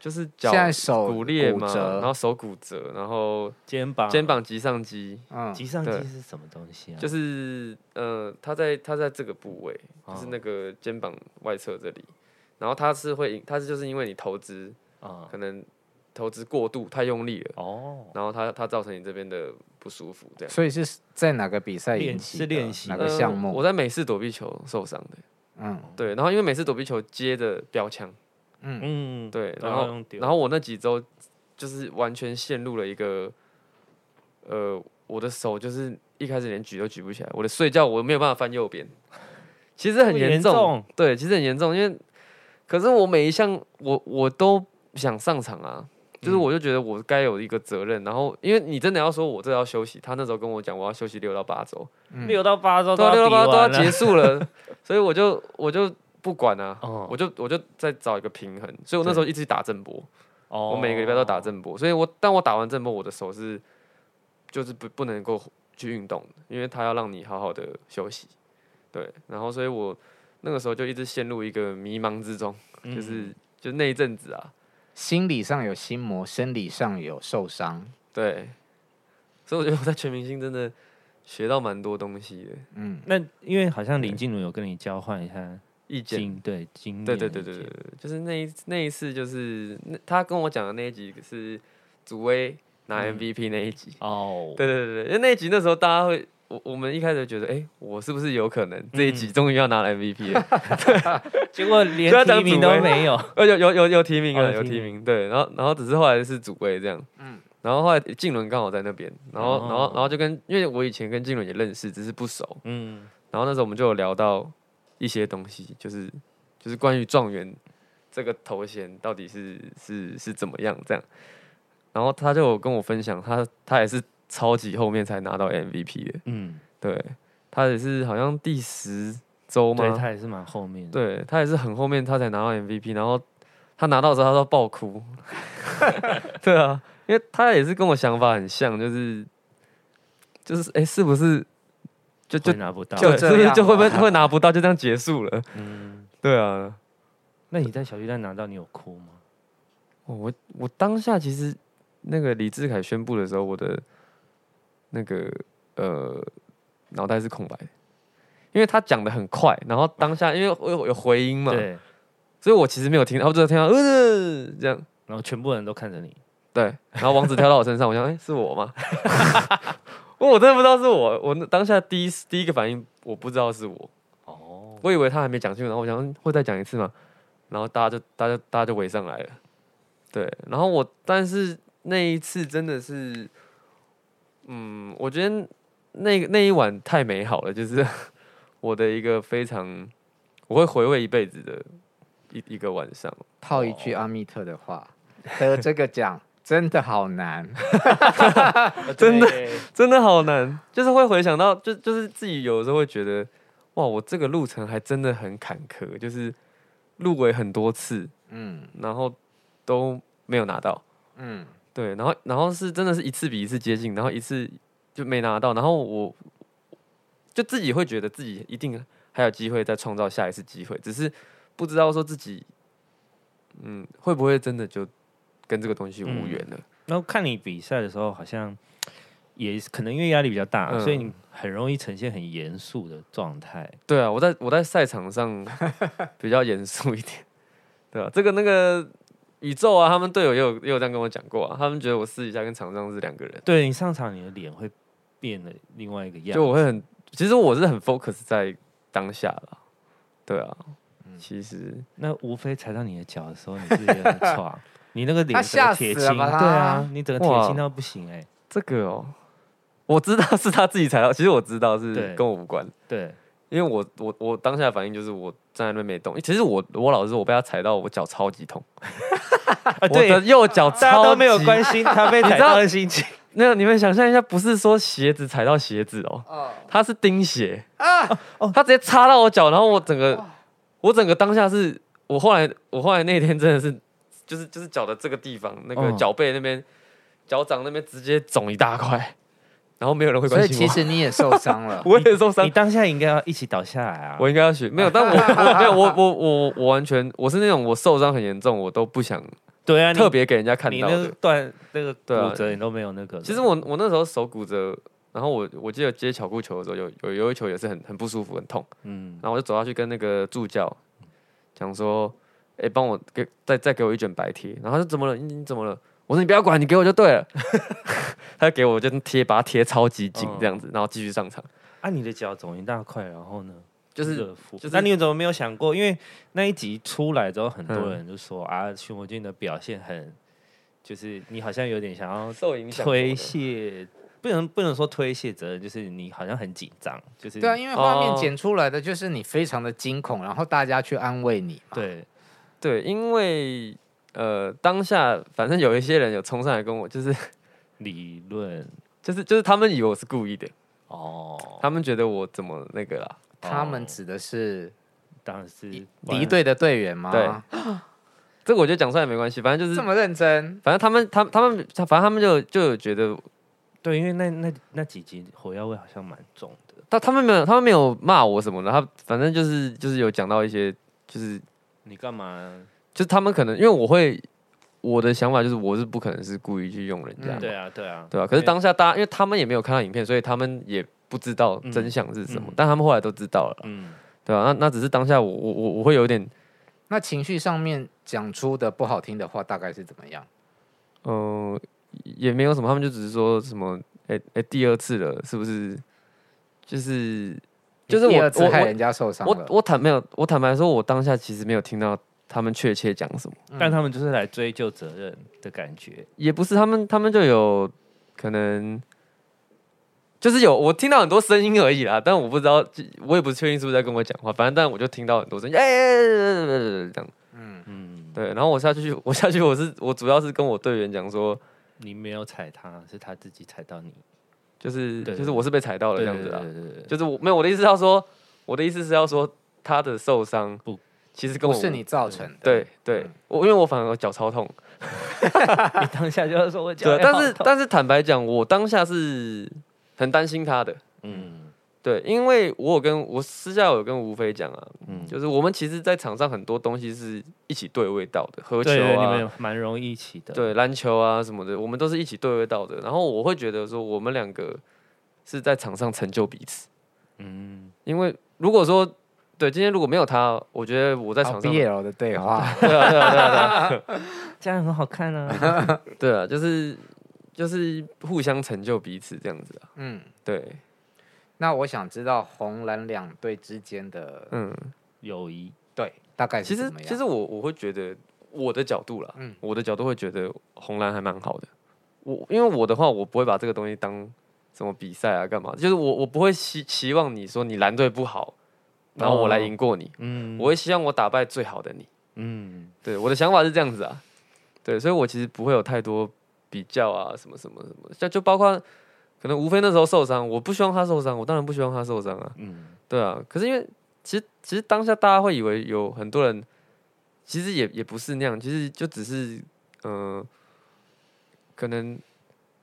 [SPEAKER 2] 就是脚
[SPEAKER 5] 现在手
[SPEAKER 2] 骨裂
[SPEAKER 5] 骨
[SPEAKER 2] 嘛，
[SPEAKER 5] 折啊
[SPEAKER 2] 然后手骨折，然后
[SPEAKER 3] 肩膀
[SPEAKER 2] 肩膀棘上肌，
[SPEAKER 5] 嗯，
[SPEAKER 3] 棘上肌
[SPEAKER 2] 对
[SPEAKER 3] 是什么东西啊？
[SPEAKER 2] 就是呃，它在它在这个部位，就是
[SPEAKER 3] 哦
[SPEAKER 2] 那个肩膀外侧这里，然后它是会引，它是就是因为你投资
[SPEAKER 3] 啊
[SPEAKER 2] 可能投资过度太用力了，
[SPEAKER 3] 哦，
[SPEAKER 2] 然后它它造成你这边的不舒服这样。
[SPEAKER 5] 所以是在哪个比赛
[SPEAKER 3] 练
[SPEAKER 5] 引起
[SPEAKER 3] 是
[SPEAKER 5] 的
[SPEAKER 3] 练习
[SPEAKER 5] 哪
[SPEAKER 3] 的
[SPEAKER 5] 个项
[SPEAKER 2] 呃我
[SPEAKER 5] 目？
[SPEAKER 2] 在美式躲避球受伤的，
[SPEAKER 5] 嗯
[SPEAKER 2] 对，然后因为美式躲避球接的标枪，
[SPEAKER 5] 嗯
[SPEAKER 3] 嗯，
[SPEAKER 2] 对，
[SPEAKER 3] 都
[SPEAKER 2] 然
[SPEAKER 3] 要
[SPEAKER 2] 后
[SPEAKER 3] 用丢
[SPEAKER 2] 然后我那几周就是完全陷入了一个，呃，我的手就是一开始连举都举不起来，我的睡觉我没有办法翻右边，其实
[SPEAKER 3] 这
[SPEAKER 2] 很
[SPEAKER 3] 么
[SPEAKER 2] 严
[SPEAKER 3] 严重
[SPEAKER 2] 对，其实很严重，因为可是我每一项我我都想上场啊，就是
[SPEAKER 3] 嗯
[SPEAKER 2] 我就觉得我该有一个责任，然后因为你真的要说我这要休息，他那时候跟我讲我要休息六到八周，
[SPEAKER 3] 六到八周都
[SPEAKER 2] 对啊，
[SPEAKER 3] 要
[SPEAKER 2] 六到八
[SPEAKER 3] 比
[SPEAKER 2] 都要
[SPEAKER 3] 完了
[SPEAKER 2] 结束了， 所以我就我就不管啊，
[SPEAKER 3] 哦
[SPEAKER 2] 我就我就再找一个平衡，所以我那时候一直打正波。
[SPEAKER 3] 哦
[SPEAKER 2] 我每个礼拜都打正波，所以我当我打完正波，我的手是就是不不能够去运动的，因为它要让你好好的休息。对，然后所以我那个时候就一直陷入一个迷茫之中，
[SPEAKER 3] 哦
[SPEAKER 2] 就是、
[SPEAKER 3] 嗯
[SPEAKER 2] 就那一阵子啊，
[SPEAKER 5] 心理上有心魔，生理上有受伤。
[SPEAKER 2] 对，所以我觉得我在全明星真的学到蛮多东西的
[SPEAKER 5] 嗯，
[SPEAKER 3] 那因为好像林静茹有跟你交换一下
[SPEAKER 2] 意见。
[SPEAKER 3] 经对经验
[SPEAKER 2] 对
[SPEAKER 3] 的意
[SPEAKER 2] 对
[SPEAKER 3] 见，
[SPEAKER 2] 对对对，对就是那一那一次，就是那他跟我讲的那一集是祖威
[SPEAKER 3] 嗯
[SPEAKER 2] 拿 MVP 那一集。
[SPEAKER 3] 哦，
[SPEAKER 2] 对对对对，因为那一集那时候大家会，我我们一开始觉得，哎、我是不是有可能这一
[SPEAKER 3] 嗯
[SPEAKER 2] 集终于要拿 MVP 了？
[SPEAKER 3] 结果连
[SPEAKER 2] 就要当
[SPEAKER 3] 提名
[SPEAKER 2] 主
[SPEAKER 3] 都
[SPEAKER 2] 委
[SPEAKER 3] 没有。
[SPEAKER 2] 呃，有有有有提名
[SPEAKER 3] 哦
[SPEAKER 2] 啊，
[SPEAKER 3] 有
[SPEAKER 2] 有
[SPEAKER 3] 提
[SPEAKER 2] 提名，对，然后然后只是后来是主位这样，
[SPEAKER 5] 嗯
[SPEAKER 2] 然后后来静伦刚好在那边，然后然后
[SPEAKER 3] 哦
[SPEAKER 2] 然后就跟，因为我以前跟静伦也认识，只是不熟，
[SPEAKER 3] 嗯，
[SPEAKER 2] 然后那时候我们就有聊到一些东西，就是就是关于状元这个头衔到底是是是怎么样这样，然后他就有跟我分享，他他也是超级后面才拿到 MVP 的，
[SPEAKER 3] 嗯，
[SPEAKER 2] 对他也是好像第十周吗？
[SPEAKER 3] 对他也是蛮后面的。
[SPEAKER 2] 对他也是很后面他才拿到 MVP，然后他拿到之后他都爆 哭。对啊，因为他也是跟我想法很像，就是就是哎、诶是不是就就
[SPEAKER 3] 会拿不到。
[SPEAKER 5] 就
[SPEAKER 2] 对
[SPEAKER 5] 这
[SPEAKER 2] 是不是
[SPEAKER 5] 样
[SPEAKER 2] 就会不会
[SPEAKER 5] 啊
[SPEAKER 2] 会拿不到，就这样结束了？
[SPEAKER 3] 嗯，
[SPEAKER 2] 对啊，
[SPEAKER 3] 那你在小巨蛋拿到，你有哭吗？
[SPEAKER 2] 哦我我当下其实那个李志凯宣布的时候，我的那个呃脑袋是空白的，因为他讲的很快，然后当下因为我有有回音嘛，
[SPEAKER 3] 对，
[SPEAKER 2] 所以我其实没有听，然后只有听到呃这样。
[SPEAKER 3] 然后全部人都看着你。
[SPEAKER 2] 对，然后王子跳到我身上，我想，哎、是我吗？ 我真的不知道是我，我那当下第一第一个反应，我不知道是我，
[SPEAKER 3] 哦，
[SPEAKER 2] 我以为他还没讲清楚，然后我想嗯会再讲一次嘛，然后大家就大家就大家就围上来了，对，然后我但是那一次真的是，嗯，我觉得那那一晚太美好了，就是 我的一个非常我会回味一辈子的一一个晚上，
[SPEAKER 5] 套一
[SPEAKER 2] 哦
[SPEAKER 5] 句阿密特的话，得这 个奖真的好难。
[SPEAKER 2] 真的
[SPEAKER 3] 对
[SPEAKER 2] 真的好难，就是会回想到，就就是自己有的时候会觉得，哇，我这个路程还真的很坎坷，就是入围很多次，
[SPEAKER 5] 嗯
[SPEAKER 2] 然后都没有拿到，
[SPEAKER 5] 嗯，
[SPEAKER 2] 对，然后然后是真的是一次比一次接近，然后一次就没拿到，然后我就自己会觉得自己一定还有机会再创造下一次机会，只是不知道说自己，嗯，会不会真的就跟这个东西无
[SPEAKER 3] 嗯
[SPEAKER 2] 缘了？
[SPEAKER 3] 然后看你比赛的时候，好像也是可能因为压力比较大，
[SPEAKER 2] 嗯
[SPEAKER 3] 所以你很容易呈现很严肃的状态。
[SPEAKER 2] 对啊，我在我在赛场上比较严肃一点，对啊，这个那个宇宙啊，他们队友也有也有这样跟我讲过啊，他们觉得我私底下跟场上是两个人，
[SPEAKER 3] 对你上场，你的脸会变得另外一个样子。
[SPEAKER 2] 就我会很，其实我是很 focus 在当下啦，对啊，
[SPEAKER 3] 嗯
[SPEAKER 2] 其实
[SPEAKER 3] 那无非踩到你的脚的时候，你自己也很爽， 你那个脸
[SPEAKER 5] 他
[SPEAKER 3] 整
[SPEAKER 5] 吓
[SPEAKER 3] 个
[SPEAKER 5] 死
[SPEAKER 3] 铁
[SPEAKER 5] 了
[SPEAKER 3] 青，
[SPEAKER 5] 吧他
[SPEAKER 3] 对啊，你整个铁
[SPEAKER 2] 哇
[SPEAKER 3] 青到不行哎、
[SPEAKER 2] 这个哦，我知道是他自己踩到，其实我知道
[SPEAKER 3] 对
[SPEAKER 2] 是跟我无关，
[SPEAKER 3] 对，
[SPEAKER 2] 因为我我我当下的反应就是我站在那边没动，其实我我老实说，我被他踩到我脚超级痛，
[SPEAKER 3] 啊
[SPEAKER 2] 我的
[SPEAKER 3] 对，
[SPEAKER 2] 右脚
[SPEAKER 3] 大家
[SPEAKER 2] 超
[SPEAKER 3] 都没有
[SPEAKER 2] 级
[SPEAKER 3] 关心他 被
[SPEAKER 2] 你
[SPEAKER 3] 踩
[SPEAKER 2] 知道
[SPEAKER 3] 到的心情。
[SPEAKER 2] 没有，你们想象一下，不是说鞋子踩到鞋子哦，
[SPEAKER 5] 哦，
[SPEAKER 2] 它是钉鞋啊，哦，它直接插到我脚，然后我整个，我整个当下是，我后来我后来那天真的是，就是就是脚的这个地方，那个
[SPEAKER 3] 嗯
[SPEAKER 2] 脚背那边，脚掌那边直接肿一大块，然后没有人会
[SPEAKER 5] 所
[SPEAKER 2] 关
[SPEAKER 5] 以
[SPEAKER 2] 心
[SPEAKER 5] 其
[SPEAKER 2] 我，。
[SPEAKER 5] 实你也受伤了
[SPEAKER 2] 我也受伤
[SPEAKER 3] 你，当下应该要一起倒下来啊！
[SPEAKER 2] 我应该要学，没有，但我我没有，我我我我完全我是那种我受伤很严重，我都不想
[SPEAKER 3] 对啊，你
[SPEAKER 2] 特别给人家看
[SPEAKER 3] 你
[SPEAKER 2] 到
[SPEAKER 3] 那
[SPEAKER 2] 的
[SPEAKER 3] 个。断那个
[SPEAKER 2] 对啊
[SPEAKER 3] 骨折你都没有那个了。
[SPEAKER 2] 其实我我那时候手骨折，然后我我记得接巧固球的时候，有有有一球也是很很不舒服，很痛。
[SPEAKER 3] 嗯，
[SPEAKER 2] 然后我就走下去跟那个助教讲说：“哎、帮我给再再给我一卷白贴。”然后他说：“怎么了？你你怎么了？”我说：“你不要管，你给我就对了。” 他就给我就贴，把它贴超级
[SPEAKER 3] 嗯
[SPEAKER 2] 紧这样子，然后继续上场。
[SPEAKER 3] 啊，你的脚肿一大块，然后呢？
[SPEAKER 2] 就是
[SPEAKER 3] 热敷
[SPEAKER 2] 就是
[SPEAKER 3] 那你怎么没有想过？因为那一集出来之后，很多
[SPEAKER 2] 嗯
[SPEAKER 3] 人就说、啊，徐魔俊的表现很，就是你好像有点想要
[SPEAKER 2] 受影
[SPEAKER 3] 推卸，不能不能说推卸责任，就是你好像很紧张，就是
[SPEAKER 5] 对啊，因为画面
[SPEAKER 2] 哦
[SPEAKER 5] 剪出来的就是你非常的惊恐，然后大家去安慰你嘛。
[SPEAKER 3] 对
[SPEAKER 2] 对，因为呃当下反正有一些人有冲上来跟我，就是
[SPEAKER 3] 理论
[SPEAKER 2] 就是就是他们以为我是故意的，
[SPEAKER 3] 哦，
[SPEAKER 2] 他们觉得我怎么那个啦。
[SPEAKER 5] 他们指的是
[SPEAKER 3] 当然是
[SPEAKER 5] 离队的队员吗？
[SPEAKER 2] 哦对这个我觉得讲出来也没关系，反正就是
[SPEAKER 5] 这么认真，
[SPEAKER 2] 反正他们、他们、他们，反正他们就就有觉得，
[SPEAKER 3] 对，因为那那那几集火药味好像蛮重的，
[SPEAKER 2] 他他们没有，他们没有骂我什么的，他反正就是就是有讲到一些，就是
[SPEAKER 3] 你干嘛？
[SPEAKER 2] 就是他们可能因为我会我的想法就是我是不可能是故意去用人家，
[SPEAKER 5] 嗯
[SPEAKER 3] 对啊对啊
[SPEAKER 2] 对吧、可是
[SPEAKER 3] 因为
[SPEAKER 2] 当下大家因为他们也没有看到影片，所以他们也不知道真相是什么，
[SPEAKER 3] 嗯嗯
[SPEAKER 2] 但他们后来都知道了啦，
[SPEAKER 3] 嗯
[SPEAKER 2] 对吧、那那只是当下我我我我会有点，
[SPEAKER 5] 那情绪上面讲出的不好听的话大概是怎么样？
[SPEAKER 2] 嗯、也没有什么，他们就只是说什么，哎、哎、第二次了，是不是？就是就是
[SPEAKER 5] 你第二
[SPEAKER 2] 我
[SPEAKER 5] 次
[SPEAKER 2] 我
[SPEAKER 5] 害
[SPEAKER 2] 我
[SPEAKER 5] 人家受伤
[SPEAKER 2] 我
[SPEAKER 5] 了，
[SPEAKER 2] 我坦没有，我坦白说，我当下其实没有听到他们确切讲什么，
[SPEAKER 5] 嗯
[SPEAKER 3] 但他们就是来追究责任的感觉。
[SPEAKER 2] 也不是他们，他们就有可能。就是有我听到很多声音而已啦，但我不知道，我也不确定是不是在跟我讲话，反正但我就听到很多声音，哎、哎哎哎哎哎这样，
[SPEAKER 5] 嗯，
[SPEAKER 3] 嗯，
[SPEAKER 2] 对，然后我下去，我下去，我是我主要是跟我队员讲说，
[SPEAKER 3] 你没有踩他，是他自己踩到你。
[SPEAKER 2] 就是
[SPEAKER 3] 对
[SPEAKER 2] 就是我是被踩到了
[SPEAKER 3] 对
[SPEAKER 2] 哦这
[SPEAKER 3] 对
[SPEAKER 2] 样子
[SPEAKER 3] 对
[SPEAKER 2] 啦，
[SPEAKER 3] 对对对
[SPEAKER 2] 就是我没有我的意思是要说，我的意思是要说他的受伤
[SPEAKER 3] 不
[SPEAKER 2] 其实跟
[SPEAKER 5] 不
[SPEAKER 2] 我
[SPEAKER 5] 是你造成的，
[SPEAKER 2] 对对
[SPEAKER 5] 嗯，
[SPEAKER 2] 我因为我反而脚超痛，
[SPEAKER 3] 你当下就要说我脚
[SPEAKER 2] 对，
[SPEAKER 3] 要
[SPEAKER 2] 但是
[SPEAKER 3] 痛
[SPEAKER 2] 但是坦白讲，我当下是很担心他的，
[SPEAKER 3] 嗯
[SPEAKER 2] 对，因为我有跟我私下有跟吴飞讲啊，
[SPEAKER 3] 嗯，
[SPEAKER 2] 就是我们其实，在场上很多东西是一起对位到的，喝球
[SPEAKER 3] 对，你
[SPEAKER 2] 啊
[SPEAKER 3] 们，蛮容易一起的。
[SPEAKER 2] 对，篮球啊什么的，我们都是一起对位到的。然后我会觉得说，我们两个是在场上成就彼此，
[SPEAKER 3] 嗯，
[SPEAKER 2] 因为如果说对今天如果没有他，我觉得我在
[SPEAKER 5] 好
[SPEAKER 2] 场上
[SPEAKER 5] BL 的 对话，
[SPEAKER 2] 对啊，对啊，对啊，对啊，
[SPEAKER 3] 这样很好 看啊。
[SPEAKER 2] 对啊，就是就是互相成就彼此这样子啊。
[SPEAKER 5] 嗯，
[SPEAKER 2] 对，
[SPEAKER 5] 那我想知道红蓝两队之间的
[SPEAKER 2] 嗯，
[SPEAKER 3] 友谊，
[SPEAKER 5] 对大概
[SPEAKER 2] 其
[SPEAKER 5] 是
[SPEAKER 2] 实
[SPEAKER 5] 怎么样？
[SPEAKER 2] 其实我我会觉得我的角度啦，
[SPEAKER 5] 嗯
[SPEAKER 2] 我的角度会觉得红蓝还蛮好的。我因为我的话，我不会把这个东西当什么比赛啊，干嘛？就是我我不会期期望你说你蓝队不好，然后我来赢过你。
[SPEAKER 3] 嗯，
[SPEAKER 2] 我会希望我打败最好的你。
[SPEAKER 3] 嗯
[SPEAKER 2] 对，我的想法是这样子啊。对，所以我其实不会有太多比较啊，什么什么什么，就就包括可能吴飞那时候受伤，我不希望他受伤，我当然不希望他受伤啊。
[SPEAKER 3] 嗯，
[SPEAKER 2] 对啊，可是因为其实其实当下大家会以为有很多人，其实也也不是那样，其实就只是嗯、呃可能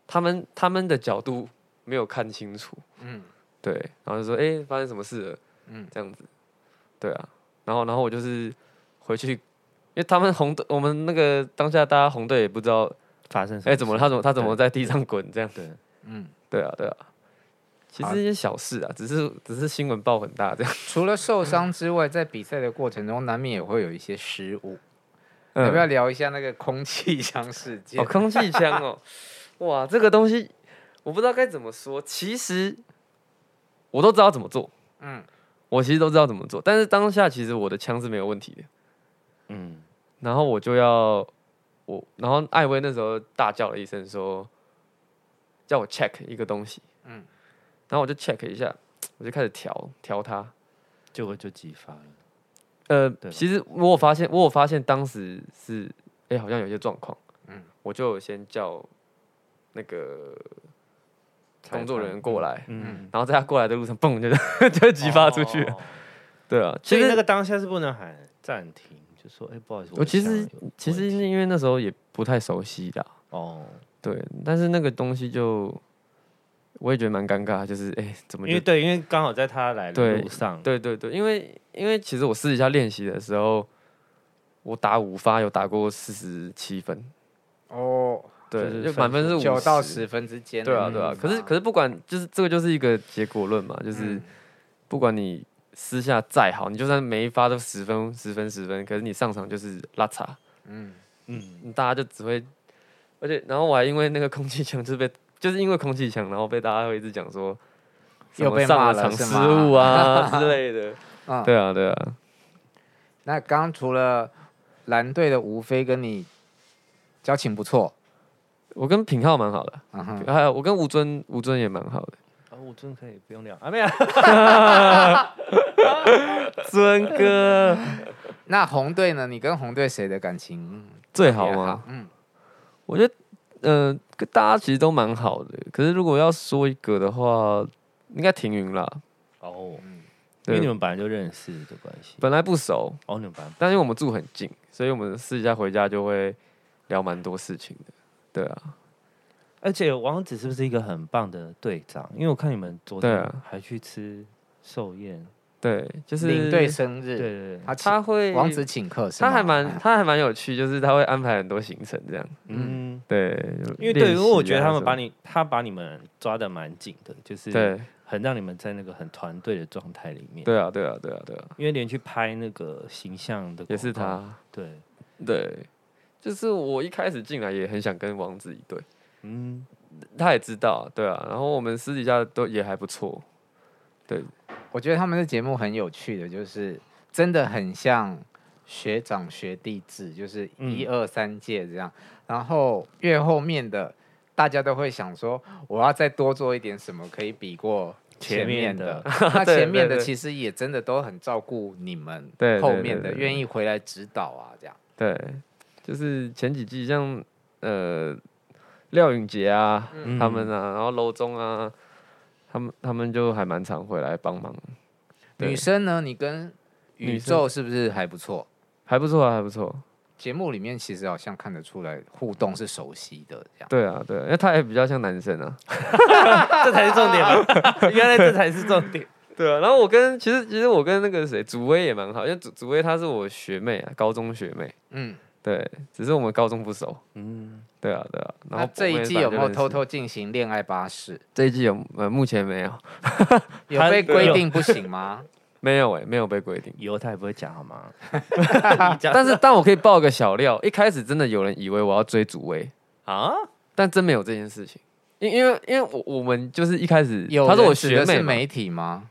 [SPEAKER 2] 他们他们的角度没有看清楚，
[SPEAKER 5] 嗯
[SPEAKER 2] 对，然后就说诶，发生什么事了，
[SPEAKER 5] 嗯
[SPEAKER 2] 这样子，对啊，然后然后我就是回去，因为他们红队，我们那个当下大家红队也不知道，
[SPEAKER 3] 发生什
[SPEAKER 2] 诶，
[SPEAKER 3] 哎么
[SPEAKER 2] 怎么了
[SPEAKER 3] 事
[SPEAKER 2] 他怎么他怎么在地上滚这样，
[SPEAKER 3] 对，
[SPEAKER 5] 嗯，
[SPEAKER 2] 对啊对啊，其
[SPEAKER 5] 好
[SPEAKER 2] 实一些小事啊，只是只是新闻报很大这样，
[SPEAKER 5] 除了受伤之外，在比赛的过程中难免也会有一些失误，
[SPEAKER 2] 嗯
[SPEAKER 5] 要不要聊一下那个空气枪事件？
[SPEAKER 2] 哦，空气枪 哦，哇，这个东西我不知道该怎么说。其实我都知道怎么做，
[SPEAKER 5] 嗯，
[SPEAKER 2] 我其实都知道怎么做，但是当下其实我的枪是没有问题的。
[SPEAKER 3] 嗯，
[SPEAKER 2] 然后我就要我，然后艾薇那时候大叫了一声说，叫我 check 一个东西，嗯
[SPEAKER 5] 嗯，
[SPEAKER 2] 然后我就 check 一下，我就开始调调它。
[SPEAKER 3] 结果就激发了。
[SPEAKER 2] 呃
[SPEAKER 3] 对，吧
[SPEAKER 2] 其实我有发现，我有发现当时是，哎、好像有些状况，嗯
[SPEAKER 5] 嗯，
[SPEAKER 2] 我就有先叫那个
[SPEAKER 3] 裁
[SPEAKER 2] 工作人
[SPEAKER 3] 判
[SPEAKER 2] 员过来，
[SPEAKER 3] 嗯，
[SPEAKER 2] 然后在他过来的路上，嘣就 就激发出去了。
[SPEAKER 3] 哦
[SPEAKER 2] 对啊，其
[SPEAKER 3] 所以
[SPEAKER 2] 实
[SPEAKER 3] 那个当下是不能喊暂停，就说哎、不好意思，
[SPEAKER 2] 我其实其实
[SPEAKER 3] 你
[SPEAKER 2] 因为那时候也不太熟悉的啊、
[SPEAKER 3] 哦，
[SPEAKER 2] 对，但是那个东西就我也觉得蛮尴尬，就是哎、怎么
[SPEAKER 3] 因
[SPEAKER 2] 就
[SPEAKER 3] 为对，因为刚好在他来的
[SPEAKER 2] 对
[SPEAKER 3] 路上，
[SPEAKER 2] 对对对，因为因为其实我私底下练习的时候，我打五发有打过四十七分，
[SPEAKER 5] 哦，
[SPEAKER 2] 对，
[SPEAKER 3] 就是
[SPEAKER 2] 就满分是
[SPEAKER 5] 九到
[SPEAKER 2] 50
[SPEAKER 5] 十分之间的
[SPEAKER 2] 对
[SPEAKER 5] 那
[SPEAKER 2] 啊，
[SPEAKER 5] 种吗。
[SPEAKER 2] 对啊。可是可是不管，就是这个就是一个结果论嘛，就是
[SPEAKER 5] 嗯
[SPEAKER 2] 不管你私下再好，你就算每一发都十分、十分、十分，可是你上场就是拉碴，
[SPEAKER 5] 嗯，
[SPEAKER 3] 嗯，
[SPEAKER 2] 大家就只会，而且然后我还因为那个空气枪就是被，就是因为空气枪，然后被大家会一直讲说。什
[SPEAKER 5] 又
[SPEAKER 2] 么
[SPEAKER 5] 被
[SPEAKER 2] 上了
[SPEAKER 5] 骂了
[SPEAKER 2] 场
[SPEAKER 5] 是
[SPEAKER 2] 失
[SPEAKER 5] 吗
[SPEAKER 2] 误啊 之类的，
[SPEAKER 5] 嗯
[SPEAKER 2] 对啊对啊，
[SPEAKER 5] 那刚刚除了蓝队的吴飞跟你交情不错，
[SPEAKER 2] 我跟品浩蛮好的，
[SPEAKER 5] 嗯哼，
[SPEAKER 2] 还有我跟吴尊吴尊也蛮好的，
[SPEAKER 3] 啊，我真的可以不用聊啊，没 有，
[SPEAKER 2] 尊哥
[SPEAKER 5] 那红队呢？你跟红队谁的感情
[SPEAKER 2] 最
[SPEAKER 5] 比
[SPEAKER 2] 好啊
[SPEAKER 5] 较
[SPEAKER 2] 吗？？
[SPEAKER 5] 嗯，
[SPEAKER 2] 我觉得，嗯、跟大家其实都蛮好的。可是如果要说一个的话，应该停云啦。
[SPEAKER 3] 哦，因为你
[SPEAKER 2] 对，
[SPEAKER 3] 们本来就认识的关系，
[SPEAKER 2] 本来不熟，
[SPEAKER 3] 哦，你们本来
[SPEAKER 2] 但因为我们住很近，所以我们私底下回家就会聊蛮多事情的。对啊，
[SPEAKER 3] 而且王子是不是一个很棒的队长？因为我看你们昨
[SPEAKER 2] 对
[SPEAKER 3] 天
[SPEAKER 2] 啊
[SPEAKER 3] 还去吃寿宴，
[SPEAKER 2] 对，就是
[SPEAKER 5] 领队生日，
[SPEAKER 3] 对对对，
[SPEAKER 5] 他
[SPEAKER 2] 他
[SPEAKER 5] 请
[SPEAKER 2] 会
[SPEAKER 5] 王子请客是吗，
[SPEAKER 2] 他还蛮他还蛮有趣，就是他会安排很多行程这样。
[SPEAKER 3] 嗯，
[SPEAKER 2] 对，
[SPEAKER 3] 因为对，因为我觉得他们把
[SPEAKER 2] 你
[SPEAKER 3] 你他把你们抓的蛮紧的，就是
[SPEAKER 2] 对
[SPEAKER 3] 很让你们在那个很团队的状态里面，
[SPEAKER 2] 对啊对啊对啊对啊，
[SPEAKER 3] 因为连去拍那个形象的
[SPEAKER 2] 也是
[SPEAKER 3] 广告，
[SPEAKER 2] 他
[SPEAKER 3] 对，
[SPEAKER 2] 对。就是我一开始进来也很想跟王子一对，
[SPEAKER 3] 嗯，
[SPEAKER 2] 他也知道，对啊。然后我们私底下都也还不错，对，
[SPEAKER 5] 我觉得他们的节目很有趣的，就是真的很像学长学弟制，就是
[SPEAKER 2] 嗯
[SPEAKER 5] 一二三届这样。然后越后面的，大家都会想说，我要再多做一点什么，可以比过前
[SPEAKER 3] 前
[SPEAKER 5] 面
[SPEAKER 3] 面
[SPEAKER 5] 的
[SPEAKER 3] 的。
[SPEAKER 5] 那
[SPEAKER 2] 对
[SPEAKER 5] 前面
[SPEAKER 2] 对
[SPEAKER 5] 的
[SPEAKER 2] 对
[SPEAKER 5] 其实也真的都很照顾你们
[SPEAKER 2] 对对
[SPEAKER 5] 后
[SPEAKER 2] 对
[SPEAKER 5] 面的，
[SPEAKER 2] 对对
[SPEAKER 5] 愿意回来指导啊，这样。
[SPEAKER 2] 对，就是前几季像呃廖允杰啊、
[SPEAKER 5] 嗯
[SPEAKER 2] 他
[SPEAKER 3] 嗯
[SPEAKER 2] 们啊，然后楼中啊，他们他们就还蛮常回来帮忙，对
[SPEAKER 5] 女生呢，你跟宇
[SPEAKER 2] 女生
[SPEAKER 5] 宙是不是还不错？
[SPEAKER 2] 还不错啊，还不错。
[SPEAKER 5] 节目里面其实好像看得出来互动是熟悉的这样。
[SPEAKER 2] 对啊，对啊，因为他也比较像男生 啊。
[SPEAKER 3] 这才是重点 吧？原来这才是重点。
[SPEAKER 2] 对啊，然后我跟其实其实我跟那个谁祖薇也蛮好，因为祖祖薇她是我学妹啊，高中学妹。
[SPEAKER 5] 嗯，
[SPEAKER 2] 对，只是我们高中不熟。
[SPEAKER 3] 嗯，
[SPEAKER 2] 对啊，对啊。然
[SPEAKER 5] 那
[SPEAKER 2] 后
[SPEAKER 5] 这
[SPEAKER 2] 我
[SPEAKER 5] 一
[SPEAKER 2] 们
[SPEAKER 5] 季
[SPEAKER 2] 本来
[SPEAKER 5] 有
[SPEAKER 2] 就
[SPEAKER 5] 没有
[SPEAKER 2] 认识
[SPEAKER 5] 偷？偷进行恋爱巴士？
[SPEAKER 2] 这一季有呃，目前没有，
[SPEAKER 5] 有
[SPEAKER 3] 他
[SPEAKER 5] 被规
[SPEAKER 2] 哦
[SPEAKER 3] 有
[SPEAKER 5] 定不行吗？
[SPEAKER 2] 没有哎、没有被规定。
[SPEAKER 3] 以后他也不会讲好吗？
[SPEAKER 2] 但是但我可以爆个小料，一开始真的有人以为我要追祖薇，
[SPEAKER 3] 啊，
[SPEAKER 2] 但真没有这件事情。因因为因为我我们就是一开始，
[SPEAKER 5] 有
[SPEAKER 2] 她是
[SPEAKER 5] 人
[SPEAKER 2] 我
[SPEAKER 5] 指
[SPEAKER 2] 学
[SPEAKER 5] 的
[SPEAKER 2] 妹
[SPEAKER 5] 是
[SPEAKER 2] 嘛，
[SPEAKER 5] 媒体吗？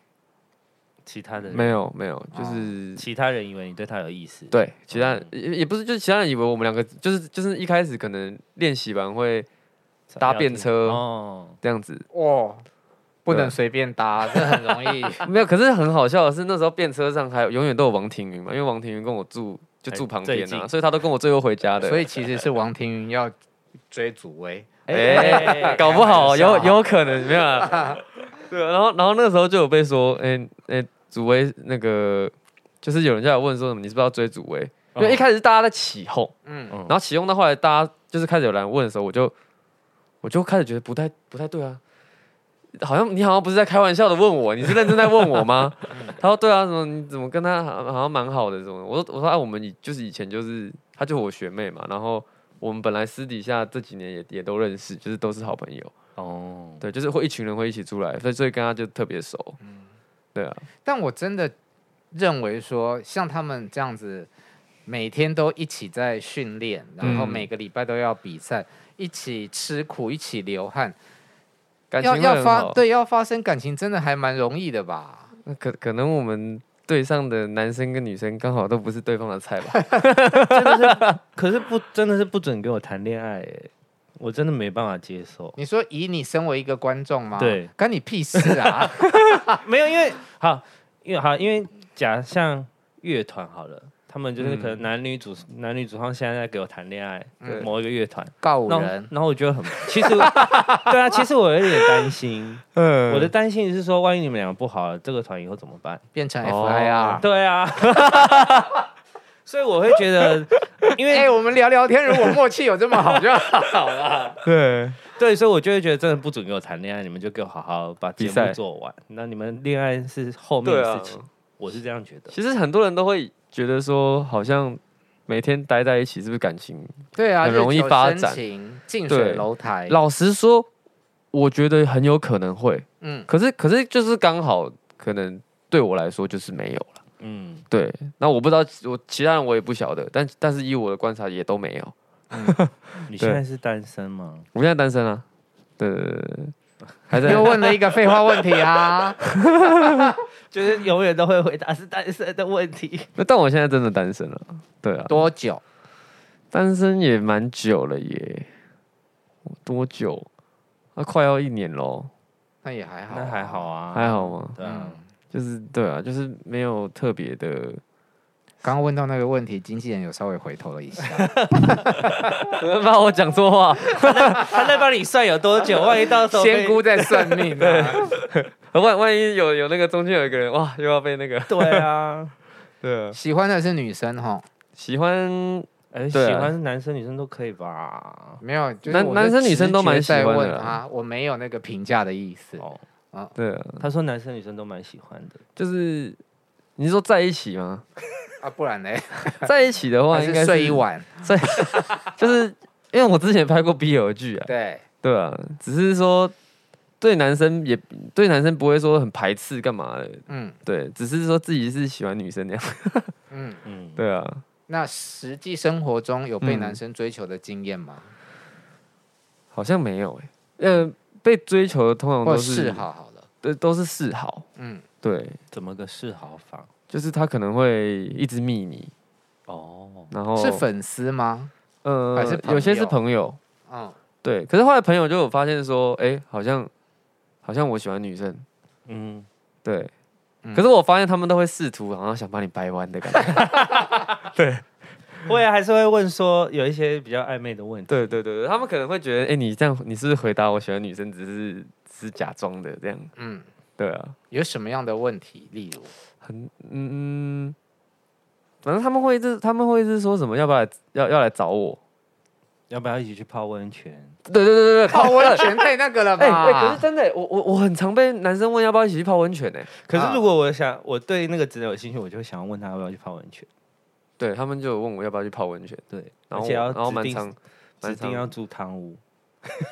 [SPEAKER 3] 其他的人
[SPEAKER 2] 没有没有，就是
[SPEAKER 5] 哦
[SPEAKER 3] 其他人以为你对他有意思，，
[SPEAKER 2] 对，其他人
[SPEAKER 3] 嗯
[SPEAKER 2] 也也不是，就是其他人以为我们两个就是就是一开始可能练习完会搭便车
[SPEAKER 3] 哦，
[SPEAKER 2] 这样子，
[SPEAKER 5] 哦，不
[SPEAKER 2] 对
[SPEAKER 5] 能随 便搭，这很容易
[SPEAKER 2] 没有。可是很好笑的是，那时候便车上还有永远都有王庭云嘛，因为王庭云跟我住就
[SPEAKER 3] 哎
[SPEAKER 2] 住旁
[SPEAKER 3] 最
[SPEAKER 2] 边啊，
[SPEAKER 3] 近
[SPEAKER 2] 所以他都跟我最后回家的。
[SPEAKER 5] 所以其实是王庭云要追祖威，
[SPEAKER 2] 哎，搞不好有有可能没有啦。对啊，然后然后那时候就有被说，哎哎，祖威那个就是有人在问说什么，你是不是要追祖威？因为一开始是大家在起哄，
[SPEAKER 5] 嗯，
[SPEAKER 3] 嗯
[SPEAKER 2] 然后启用到后来，大家就是开始有人问的时候，我就我就开始觉得不太不太对啊，好像你好像不是在开玩笑的问我，你是认真在问我吗？他说对啊，什么你怎么跟他好好像蛮好的什么？我说我说啊，我们以就是以前就是她就我学妹嘛，然后我们本来私底下这几年也也都认识，就是都是好朋友，
[SPEAKER 3] 哦，
[SPEAKER 2] 对，就是会一群人会一起出来，所以所以跟她就特别熟，对啊，
[SPEAKER 5] 但我真的认为说，像他们这样子，每天都一起在训练，然后
[SPEAKER 2] 嗯
[SPEAKER 5] 每个礼拜都要比赛，一起吃苦，一起流汗，
[SPEAKER 2] 感情
[SPEAKER 5] 要
[SPEAKER 2] 会
[SPEAKER 5] 要
[SPEAKER 2] 很
[SPEAKER 5] 发
[SPEAKER 2] 好。
[SPEAKER 5] 对要发生感情，真的还蛮容易的吧？
[SPEAKER 2] 那可可能我们对上的男生跟女生刚好都不是对方的菜吧。
[SPEAKER 3] 可是不真的是不准跟我谈恋爱，哎我真的没办法接受。
[SPEAKER 5] 你说以你身为一个观众吗？
[SPEAKER 3] 对，
[SPEAKER 5] 干你屁事 啊！
[SPEAKER 3] 没有，因为好，因为好，因为假像乐团好了，他们就是
[SPEAKER 2] 嗯
[SPEAKER 3] 可能男女主、男女主唱现在在给我谈恋爱，
[SPEAKER 2] 对
[SPEAKER 3] 某一个乐团，
[SPEAKER 5] 告
[SPEAKER 3] 然后
[SPEAKER 5] 人，
[SPEAKER 3] 然后我觉得 很，其实对啊，其实我有点担心，
[SPEAKER 2] 嗯
[SPEAKER 3] 我的担心是说，万一你们两个不好了，这个团以后怎么办？
[SPEAKER 5] 变成
[SPEAKER 2] 哦
[SPEAKER 5] FIR。
[SPEAKER 3] 对啊，所以我会觉得，因为、
[SPEAKER 5] 哎、我们聊聊天，如果默契有这么好就 好了。
[SPEAKER 2] 对，
[SPEAKER 3] 对，所以我就会觉得真的不准给我谈恋爱，你们就给我好好把节
[SPEAKER 2] 比赛
[SPEAKER 3] 目做完。那你们恋爱是后面
[SPEAKER 2] 对
[SPEAKER 3] 的
[SPEAKER 2] 啊
[SPEAKER 3] 事情，我是这样觉得。
[SPEAKER 2] 其实很多人都会觉得说，好像每天待在一起是不是感情？
[SPEAKER 5] 对啊，
[SPEAKER 2] 很容易
[SPEAKER 5] 日久
[SPEAKER 2] 发
[SPEAKER 5] 生
[SPEAKER 2] 展
[SPEAKER 5] 情近水
[SPEAKER 2] 对
[SPEAKER 5] 楼台。
[SPEAKER 2] 老实说，我觉得很有可能会，
[SPEAKER 5] 嗯，
[SPEAKER 2] 可是可是就是刚好可能对我来说就是没有了。
[SPEAKER 3] 嗯，
[SPEAKER 2] 对，那我不知道，我其他人我也不晓得，但但是以我的观察也都没有。
[SPEAKER 3] 你现在是单身吗？
[SPEAKER 2] 我现在单身啊，对对对对，对还在
[SPEAKER 5] 又问了一个废话问题啊。
[SPEAKER 3] 就是永远都会回答是单身的问题。
[SPEAKER 2] 那但我现在真的单身了，对啊，
[SPEAKER 5] 多久？
[SPEAKER 2] 单身也蛮久了耶，多久？啊，快要一年喽，
[SPEAKER 5] 那也还好，
[SPEAKER 3] 那还好。啊，
[SPEAKER 2] 还好吗？
[SPEAKER 3] 对啊，
[SPEAKER 2] 就是对啊，就是没有特别的，
[SPEAKER 5] 刚刚问到那个问题，经纪人有稍微回头 了一下。
[SPEAKER 2] 怕我讲错话，
[SPEAKER 3] 他在帮你算有多 久，万一到时候被
[SPEAKER 5] 仙姑在算命、 啊，
[SPEAKER 2] 万万一有有那个中间有一个人哇，又要被那个
[SPEAKER 3] 对啊，
[SPEAKER 2] 对、
[SPEAKER 5] 喜欢的是女生哈，
[SPEAKER 2] 喜欢
[SPEAKER 3] 哎，喜
[SPEAKER 2] 对啊
[SPEAKER 3] 欢男生女生都可以吧？
[SPEAKER 5] 没有，就是
[SPEAKER 2] 男
[SPEAKER 5] 我
[SPEAKER 2] 男
[SPEAKER 5] 是
[SPEAKER 2] 生女
[SPEAKER 5] 直
[SPEAKER 2] 生都
[SPEAKER 5] 觉
[SPEAKER 2] 蛮喜
[SPEAKER 5] 在
[SPEAKER 2] 欢的
[SPEAKER 5] 问
[SPEAKER 2] 啦
[SPEAKER 5] 啊，我没有那个评价的意思。
[SPEAKER 3] 哦，
[SPEAKER 2] 对、啊，
[SPEAKER 3] 他说男生女生都蛮喜欢的，
[SPEAKER 2] 就是你是说在一起吗？
[SPEAKER 5] 啊，不然嘞，
[SPEAKER 2] 在一起的话
[SPEAKER 5] 还
[SPEAKER 2] 应该是
[SPEAKER 5] 是睡 一，晚。
[SPEAKER 2] 睡就是因为我之前拍过 BL 剧啊，
[SPEAKER 5] 对，
[SPEAKER 2] 对啊，只是说对男生也对男生不会说很排斥干嘛的，
[SPEAKER 5] 嗯
[SPEAKER 2] 对，只是说自己是喜欢女生那样，
[SPEAKER 5] 嗯。
[SPEAKER 3] 嗯，
[SPEAKER 2] 对啊，
[SPEAKER 5] 那实际生活中有被
[SPEAKER 2] 嗯
[SPEAKER 5] 男生追求的经验吗？
[SPEAKER 2] 好像没有哎、呃，被追求的通常
[SPEAKER 5] 或
[SPEAKER 2] 都
[SPEAKER 5] 哦示
[SPEAKER 2] 是，
[SPEAKER 5] 好好了，
[SPEAKER 2] 对，都是示好，
[SPEAKER 5] 嗯，
[SPEAKER 2] 对，
[SPEAKER 3] 怎么个示好法？
[SPEAKER 2] 就是他可能会一直密你，
[SPEAKER 3] 哦，
[SPEAKER 2] 然后
[SPEAKER 5] 是粉丝吗？
[SPEAKER 2] 呃，
[SPEAKER 5] 还是朋
[SPEAKER 2] 有些是
[SPEAKER 5] 友
[SPEAKER 2] 朋友，
[SPEAKER 5] 嗯，
[SPEAKER 2] 对，可是后来朋友就有发现说，哎、好像好像我喜欢女生，
[SPEAKER 3] 嗯，
[SPEAKER 2] 对，
[SPEAKER 5] 嗯
[SPEAKER 2] 可是我发现他们都会试图好像想把你掰弯的感觉，
[SPEAKER 3] 我也还是会问说有一些比较暧昧的问题。
[SPEAKER 2] 对对对对，他们可能会觉得，哎、你这样你是不是回答我喜欢女生只是只是假装的这样？
[SPEAKER 5] 嗯，
[SPEAKER 2] 对啊，
[SPEAKER 5] 有什么样的问题？例如，
[SPEAKER 2] 很嗯嗯，反正他们会一直他们会一直说什么要不要来要要来找我？
[SPEAKER 3] 要不要一起去泡温泉？
[SPEAKER 2] 对对对对对，
[SPEAKER 5] 泡
[SPEAKER 2] 靠
[SPEAKER 5] 温泉太那个了
[SPEAKER 2] 哎哎、可
[SPEAKER 5] 吧
[SPEAKER 2] 是？真的，我我我很常被男生问要不要一起去泡温泉呢、
[SPEAKER 3] 可
[SPEAKER 5] 啊
[SPEAKER 3] 是如果我想我对那个职能有兴趣，我就会想要问他要不要去泡温泉。
[SPEAKER 2] 对他们就有问我要不要去泡温泉，
[SPEAKER 3] 对，
[SPEAKER 2] 然
[SPEAKER 3] 而
[SPEAKER 2] 后
[SPEAKER 3] 且
[SPEAKER 2] 我
[SPEAKER 3] 要
[SPEAKER 2] 然后
[SPEAKER 3] 指
[SPEAKER 2] 蛮
[SPEAKER 3] 定
[SPEAKER 2] 常
[SPEAKER 3] 指
[SPEAKER 2] 蛮
[SPEAKER 3] 定要
[SPEAKER 2] 常
[SPEAKER 3] 住汤屋。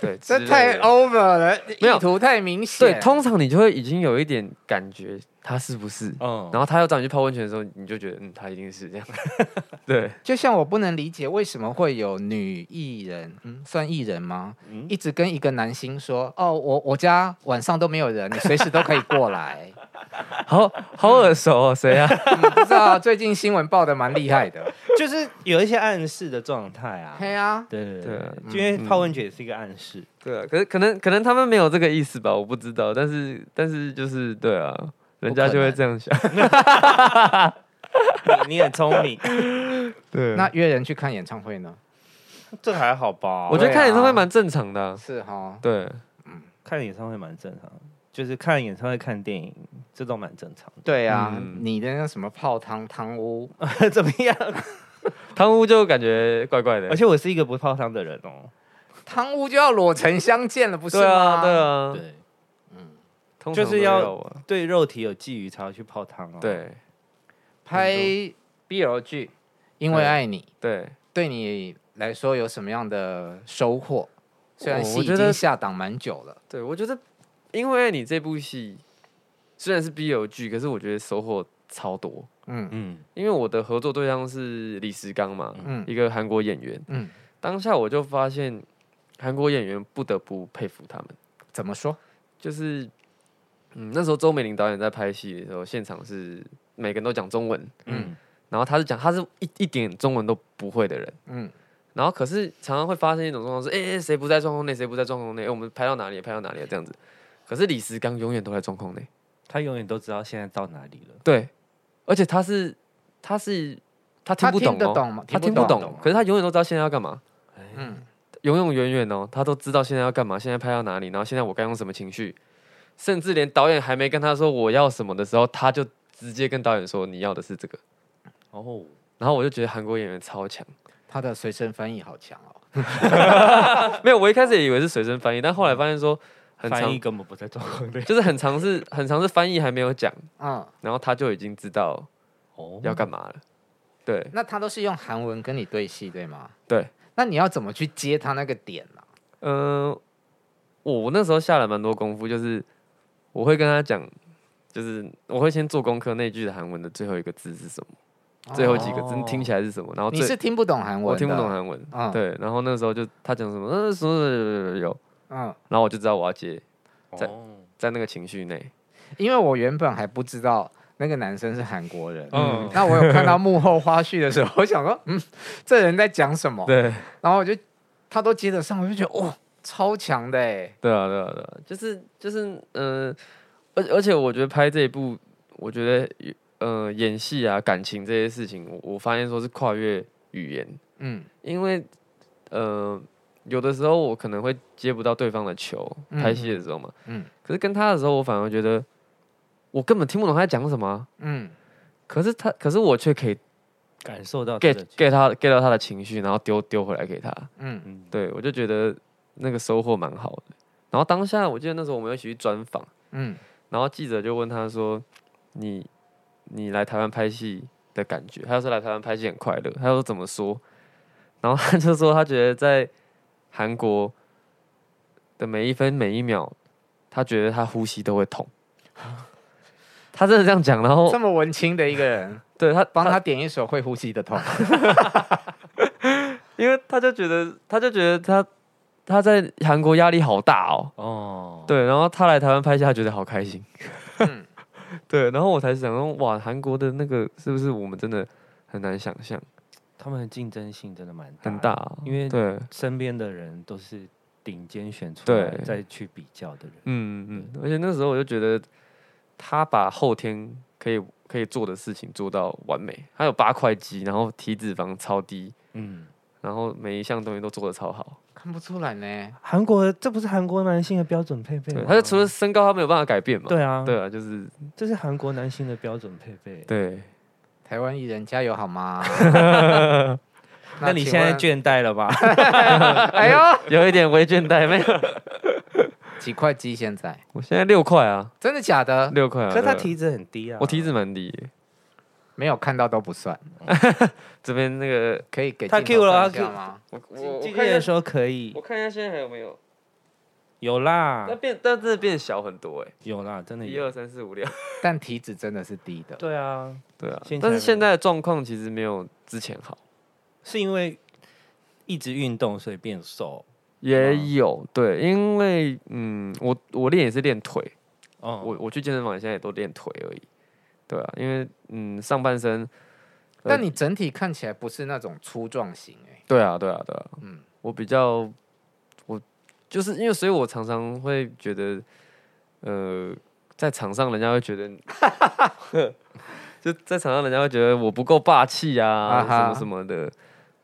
[SPEAKER 2] 对，
[SPEAKER 5] 这
[SPEAKER 2] 之类
[SPEAKER 5] 太
[SPEAKER 2] 的
[SPEAKER 5] over 了，
[SPEAKER 2] 没有
[SPEAKER 5] 意图太明显。
[SPEAKER 2] 对，通常你就会已经有一点感觉他是不是，
[SPEAKER 3] 嗯，
[SPEAKER 5] 哦
[SPEAKER 2] 然后他要找你去泡温泉的时候，你就觉得嗯他一定是这样， 对。
[SPEAKER 5] 就像我不能理解为什么会有女艺人，嗯，算艺人吗？
[SPEAKER 3] 嗯
[SPEAKER 5] 一直跟一个男星说，哦，我我家晚上都没有人，你随时都可以过来。
[SPEAKER 2] 好好耳熟哦，谁啊？
[SPEAKER 5] 嗯不知道最近新闻报的蛮厉害 的。
[SPEAKER 3] 就是有一些暗示的状态啊。
[SPEAKER 5] 嘿啊，
[SPEAKER 3] 对对
[SPEAKER 2] 对
[SPEAKER 3] 对
[SPEAKER 2] 啊，
[SPEAKER 3] 因为泡温泉也是一个暗示。
[SPEAKER 2] 对啊，可是可能可能他们没有这个意思吧，我不知道。但是但是就是对啊，人家就会这样 想。嗯
[SPEAKER 3] 你你很聪明，
[SPEAKER 2] 对
[SPEAKER 5] 那约人去看演唱会呢？
[SPEAKER 3] 这还好吧？
[SPEAKER 2] 我
[SPEAKER 3] 我
[SPEAKER 2] 觉得
[SPEAKER 5] 对啊
[SPEAKER 2] 看演唱会蛮正常的啊、
[SPEAKER 5] 是哈，
[SPEAKER 2] 对，
[SPEAKER 3] 看演唱会蛮正常的，就是看演唱会、看电影这都蛮正常
[SPEAKER 5] 对啊，
[SPEAKER 2] 嗯
[SPEAKER 5] 你的那什么泡汤汤屋，
[SPEAKER 3] 的。怎么样？
[SPEAKER 2] 汤屋就感觉怪怪的。
[SPEAKER 3] 而且我是一个不泡汤的人哦。
[SPEAKER 5] 汤屋就要裸成相见了，不是
[SPEAKER 2] 对啊
[SPEAKER 5] 吗？
[SPEAKER 2] 对啊，
[SPEAKER 3] 对
[SPEAKER 2] 通常
[SPEAKER 3] 就是
[SPEAKER 2] 都
[SPEAKER 3] 要
[SPEAKER 2] 啊
[SPEAKER 3] 对，肉体有觊觎才要去泡汤哦。，
[SPEAKER 2] 对
[SPEAKER 5] 拍 BL 剧，因为爱你，
[SPEAKER 2] 对，
[SPEAKER 5] 对你来说有什么样的收获？虽然
[SPEAKER 2] 我
[SPEAKER 5] 戏
[SPEAKER 2] 哦我
[SPEAKER 5] 已
[SPEAKER 2] 觉得
[SPEAKER 5] 经下档蛮久了，
[SPEAKER 2] 对我觉得因为你这部戏虽然是 BL 剧，可是我觉得收获超多。
[SPEAKER 5] 嗯
[SPEAKER 3] 嗯，
[SPEAKER 2] 因为我的合作对象是李石刚嘛，
[SPEAKER 5] 嗯
[SPEAKER 2] 一个韩国演员，
[SPEAKER 5] 嗯，
[SPEAKER 2] 当下我就发现韩国演员不得不佩服他们。
[SPEAKER 5] 怎么说？
[SPEAKER 2] 就是，嗯，那时候周美玲导演在拍戏的时候，现场是每个人都讲中文，
[SPEAKER 5] 嗯
[SPEAKER 3] 嗯，
[SPEAKER 2] 然后他是讲他是一一点中文都不会的人，
[SPEAKER 5] 嗯，
[SPEAKER 2] 然后可是常常会发生一种状况是，哎、哎谁不在状况内，谁不在状况内、哎我们拍到哪里拍到哪里了这样子，可是李石刚永远都在状况内，
[SPEAKER 3] 他永远都知道现在到哪里了。
[SPEAKER 2] 对，而且他是他是他听
[SPEAKER 5] 他
[SPEAKER 2] 不懂、哦，
[SPEAKER 5] 得懂吗？
[SPEAKER 2] 他听
[SPEAKER 5] 听
[SPEAKER 2] 不
[SPEAKER 5] 不
[SPEAKER 2] 懂，可是他永远都知道现在要干嘛。
[SPEAKER 5] 嗯，
[SPEAKER 2] 永永远远哦，他都知道现在要干嘛，现在拍到哪里，然后现在我该用什么情绪，甚至连导演还没跟他说我要什么的时候，他就直接跟导演说你要的是这个。
[SPEAKER 3] 哦，
[SPEAKER 2] 然后我就觉得韩国演员超强，
[SPEAKER 5] 他的随身翻译好强哦。
[SPEAKER 2] 没有，我一开始也以为是随身翻译，但后来发现说很
[SPEAKER 3] 翻译
[SPEAKER 2] 长，
[SPEAKER 3] 根本不在 状况内。
[SPEAKER 2] 就是很长是很长是翻译还没有讲，
[SPEAKER 5] 嗯，
[SPEAKER 2] 然后他就已经知道
[SPEAKER 3] 哦
[SPEAKER 2] 要干嘛了。对，
[SPEAKER 5] 那他都是用韩文跟你对戏，对吗？
[SPEAKER 2] 对。
[SPEAKER 5] 那你要怎么去接他那个点呢、
[SPEAKER 2] 嗯、我我那时候下了蛮多功夫，就是我会跟他讲，就是我会先做功课，那句的韩文的最后一个字是什么。最后几个字
[SPEAKER 3] 哦
[SPEAKER 2] 听起来是什么？然后
[SPEAKER 5] 你
[SPEAKER 2] 最
[SPEAKER 5] 是听不懂韩文，
[SPEAKER 2] 我听不懂。韩文，
[SPEAKER 5] 嗯
[SPEAKER 2] 对。然后那时候就他讲什么，呃，什么什么有，
[SPEAKER 5] 嗯，
[SPEAKER 2] 然后我就知道我要接，在
[SPEAKER 3] 哦，
[SPEAKER 2] 在那个情绪内。
[SPEAKER 5] 因为我原本还不知道那个男生是韩国人。
[SPEAKER 3] 嗯
[SPEAKER 5] 那我有看到幕后花絮的时候，我想说，嗯，这人在讲什么？
[SPEAKER 2] 对
[SPEAKER 5] 然后我就他都接得上，我就觉得哦，超强的哎。
[SPEAKER 2] 对啊对啊对啊，就是就是嗯，而而且我觉得拍这一部，我觉得呃演戏啊感情这些事情，我我发现说是跨越语言，
[SPEAKER 5] 嗯
[SPEAKER 2] 因为呃有的时候我可能会接不到对方的球，
[SPEAKER 5] 嗯
[SPEAKER 2] 拍戏的时候嘛，
[SPEAKER 5] 嗯
[SPEAKER 2] 可是跟他的时候，我反而觉得我根本听不懂他在讲什么啊、
[SPEAKER 5] 嗯，
[SPEAKER 2] 可是他，可是我却可以
[SPEAKER 3] 感受到这
[SPEAKER 2] get
[SPEAKER 3] 个
[SPEAKER 2] get 他 get 到他的情绪，然后丢丢回来给他。
[SPEAKER 5] 嗯
[SPEAKER 3] 嗯，
[SPEAKER 2] 对我就觉得那个收获蛮好的。然后当下，我记得那时候我们有一起去专访，
[SPEAKER 5] 嗯
[SPEAKER 2] 然后记者就问他说：“你你来台湾拍戏的感觉？”他就说来台湾拍戏很快乐。他就说怎么说？然后他就说他觉得在韩国的每一分每一秒，他觉得他呼吸都会痛。他真的这样讲，
[SPEAKER 3] 哦
[SPEAKER 2] 然后
[SPEAKER 5] 这么文青的一 个人，
[SPEAKER 2] 对他
[SPEAKER 5] 帮他点一首会呼吸的痛。
[SPEAKER 2] 因为他就觉得，他就觉得他他在韩国压力好大哦。
[SPEAKER 3] 哦，，
[SPEAKER 2] 对，然后他来台湾拍戏，他觉得好开心。
[SPEAKER 5] 嗯
[SPEAKER 2] 对，然后我才想说，哇，韩国的那个是不是我们真的很难想象，
[SPEAKER 3] 他们的竞争性真的蛮
[SPEAKER 2] 很
[SPEAKER 3] 大
[SPEAKER 2] 大
[SPEAKER 3] 的，
[SPEAKER 2] 哦，
[SPEAKER 3] 因为
[SPEAKER 2] 对，
[SPEAKER 3] 身边的人都是顶尖选出来
[SPEAKER 2] 对
[SPEAKER 3] 再去比较的人。
[SPEAKER 2] 嗯嗯，而且那时候我就觉得他把后天可以可以做的事情做到完美，他有八块肌，然后体脂肪超低，
[SPEAKER 3] 嗯，
[SPEAKER 2] 然后每一项东西都做的超好。
[SPEAKER 5] 看不出来呢。
[SPEAKER 3] 韩国这不是韩国男性的标准配备
[SPEAKER 2] 对，
[SPEAKER 3] 吗？
[SPEAKER 2] 他就除了身高他没有办法改变嘛。
[SPEAKER 3] 啊对啊，
[SPEAKER 2] 对啊，就是
[SPEAKER 3] 这是韩国男性的标准配备。
[SPEAKER 2] 对，
[SPEAKER 5] 台湾艺人加油 好吗？
[SPEAKER 3] 那你
[SPEAKER 5] 请
[SPEAKER 3] 现在
[SPEAKER 5] 问
[SPEAKER 3] 倦怠 了吧？
[SPEAKER 5] 哎呦，
[SPEAKER 2] 啊有一点微倦怠没有。
[SPEAKER 5] 几块鸡现在？
[SPEAKER 2] 我现在六块啊，
[SPEAKER 5] 真的假的？
[SPEAKER 2] 六块啊。
[SPEAKER 3] 可是他
[SPEAKER 2] 对啊
[SPEAKER 3] 体脂很低啊。
[SPEAKER 2] 我体脂蛮低耶，
[SPEAKER 5] 没有看到都不算，
[SPEAKER 2] 这边那个
[SPEAKER 5] 可以给
[SPEAKER 3] 他
[SPEAKER 5] 镜头
[SPEAKER 3] Q 了
[SPEAKER 5] 看一
[SPEAKER 3] 他 Q
[SPEAKER 5] 下吗？
[SPEAKER 2] 我
[SPEAKER 3] 今天的时候可以
[SPEAKER 2] 看一下现在还有没有，
[SPEAKER 3] 有啦
[SPEAKER 2] 那，变但真的变小很多哎，
[SPEAKER 3] 有啦，真的
[SPEAKER 2] 一
[SPEAKER 3] 有。
[SPEAKER 2] 二三四 五六，
[SPEAKER 5] 但体脂真的是低的，
[SPEAKER 3] 对啊，
[SPEAKER 2] 对啊
[SPEAKER 3] 现，在
[SPEAKER 2] 但
[SPEAKER 3] 呢
[SPEAKER 2] 是现在的状况其实没有之前好。
[SPEAKER 3] 是因为一直运动所以变瘦。
[SPEAKER 2] 也
[SPEAKER 3] 嗯
[SPEAKER 2] 有对，因为嗯，我我练也是练腿，
[SPEAKER 3] 哦，
[SPEAKER 2] 我我去健身房现在也都练腿而已，对啊，因为嗯上半身，呃
[SPEAKER 5] 但你整体看起来不是那种粗壮型哎、
[SPEAKER 2] 对啊对啊对啊，
[SPEAKER 5] 嗯
[SPEAKER 2] 嗯，我比较我就是因为所以我常常会觉得，呃，在场上人家会觉得， 就在场上人家会觉得我不够霸气啊
[SPEAKER 5] 啊，
[SPEAKER 2] 什
[SPEAKER 5] 哈
[SPEAKER 2] 么什么的，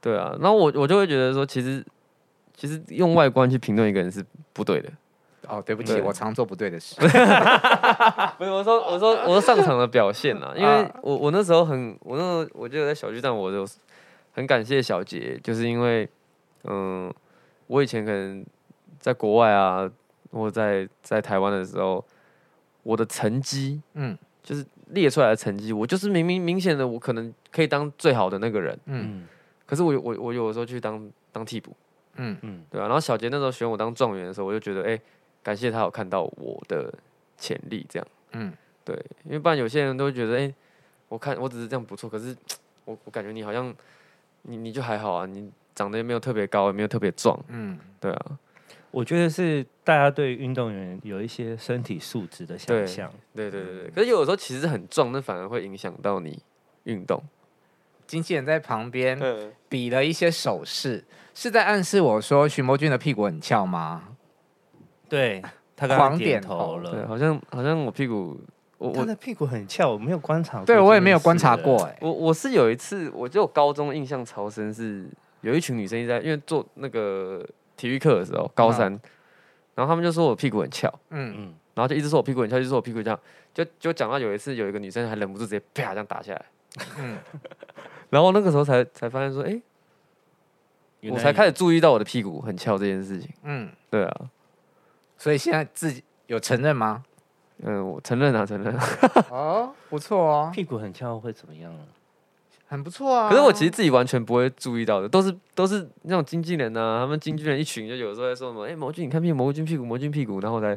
[SPEAKER 2] 对啊，然后我我就会觉得说，其实其实用外观去评论一个人是不对的。
[SPEAKER 5] 哦，对不起，
[SPEAKER 2] 对
[SPEAKER 5] 我常做不对的 事。
[SPEAKER 2] 不是我说，我说，我说上场的表现啊，因为我我那时候很，我那时候我记得在小巨蛋，我就很感谢小杰，就是因为，嗯，我以前可能在国外啊，或在在台湾的时候，我的成绩
[SPEAKER 5] 嗯
[SPEAKER 2] 就是列出来的成绩，我就是明明明显的，我可能可以当最好的那个人，
[SPEAKER 5] 嗯
[SPEAKER 3] 嗯
[SPEAKER 2] 可是我有我我有的时候去当当替补，
[SPEAKER 5] 嗯，
[SPEAKER 3] 嗯，
[SPEAKER 2] 对啊，然后小杰那时候选我当状元的时候，我就觉得，哎、感谢他有看到我的潜力，这样。
[SPEAKER 5] 嗯，
[SPEAKER 2] 对，因为不然有些人都会觉得，哎、我看我只是这样不错，可是我我感觉你好像你你就还好啊，你长得也没有特别高，也没有特别壮，
[SPEAKER 5] 嗯，
[SPEAKER 2] 对啊，
[SPEAKER 3] 我觉得是大家对运动员有一些身体素质的想
[SPEAKER 2] 对
[SPEAKER 3] 象。
[SPEAKER 2] 对对对对。可是有的时候其实很壮，那反而会影响到你运动。
[SPEAKER 5] 经纪人在旁边
[SPEAKER 2] 嗯，
[SPEAKER 5] 比了一些手势，是在暗示我说徐魔君的屁股很翘吗？
[SPEAKER 3] 对他刚
[SPEAKER 5] 狂
[SPEAKER 3] 刚点
[SPEAKER 5] 点头
[SPEAKER 3] 头
[SPEAKER 2] 对，
[SPEAKER 3] 了，
[SPEAKER 2] 好像好像我屁股，我
[SPEAKER 3] 他
[SPEAKER 2] 我
[SPEAKER 3] 的屁股很翘，我没有观察过这件
[SPEAKER 5] 对
[SPEAKER 3] 事。
[SPEAKER 5] 我也没有观察过哎、
[SPEAKER 2] 我我是有一次，我就高中印象超深是有一群女生一直在，因为做那个体育课的时候，高三，然后他们就说我屁股很翘。
[SPEAKER 5] 嗯，
[SPEAKER 3] 嗯，
[SPEAKER 2] 然后就一直说我屁股很翘，一直说我屁股这样，就就讲到有一次有一个女生还忍不住直接啪这样打下来，
[SPEAKER 5] 嗯
[SPEAKER 2] 然后那个时候才才发现说，哎、
[SPEAKER 3] 原
[SPEAKER 2] 我
[SPEAKER 3] 来
[SPEAKER 2] 才开
[SPEAKER 3] 你
[SPEAKER 2] 始注意到我的屁股很翘这件事情。
[SPEAKER 5] 嗯，
[SPEAKER 2] 对啊，
[SPEAKER 5] 所以现在自己有承认 吗？
[SPEAKER 2] 嗯，我承认啊，承认啊。
[SPEAKER 5] 哦，不错哦，
[SPEAKER 3] 屁股很翘会怎么样啊？
[SPEAKER 5] 很不错啊。
[SPEAKER 2] 可是我其实自己完全不会注意到的，都是都是那种经纪人啊，他们经纪人一群就有时候在说什么，哎、魔君你看屁股，魔君屁股，魔君屁股，然后我才，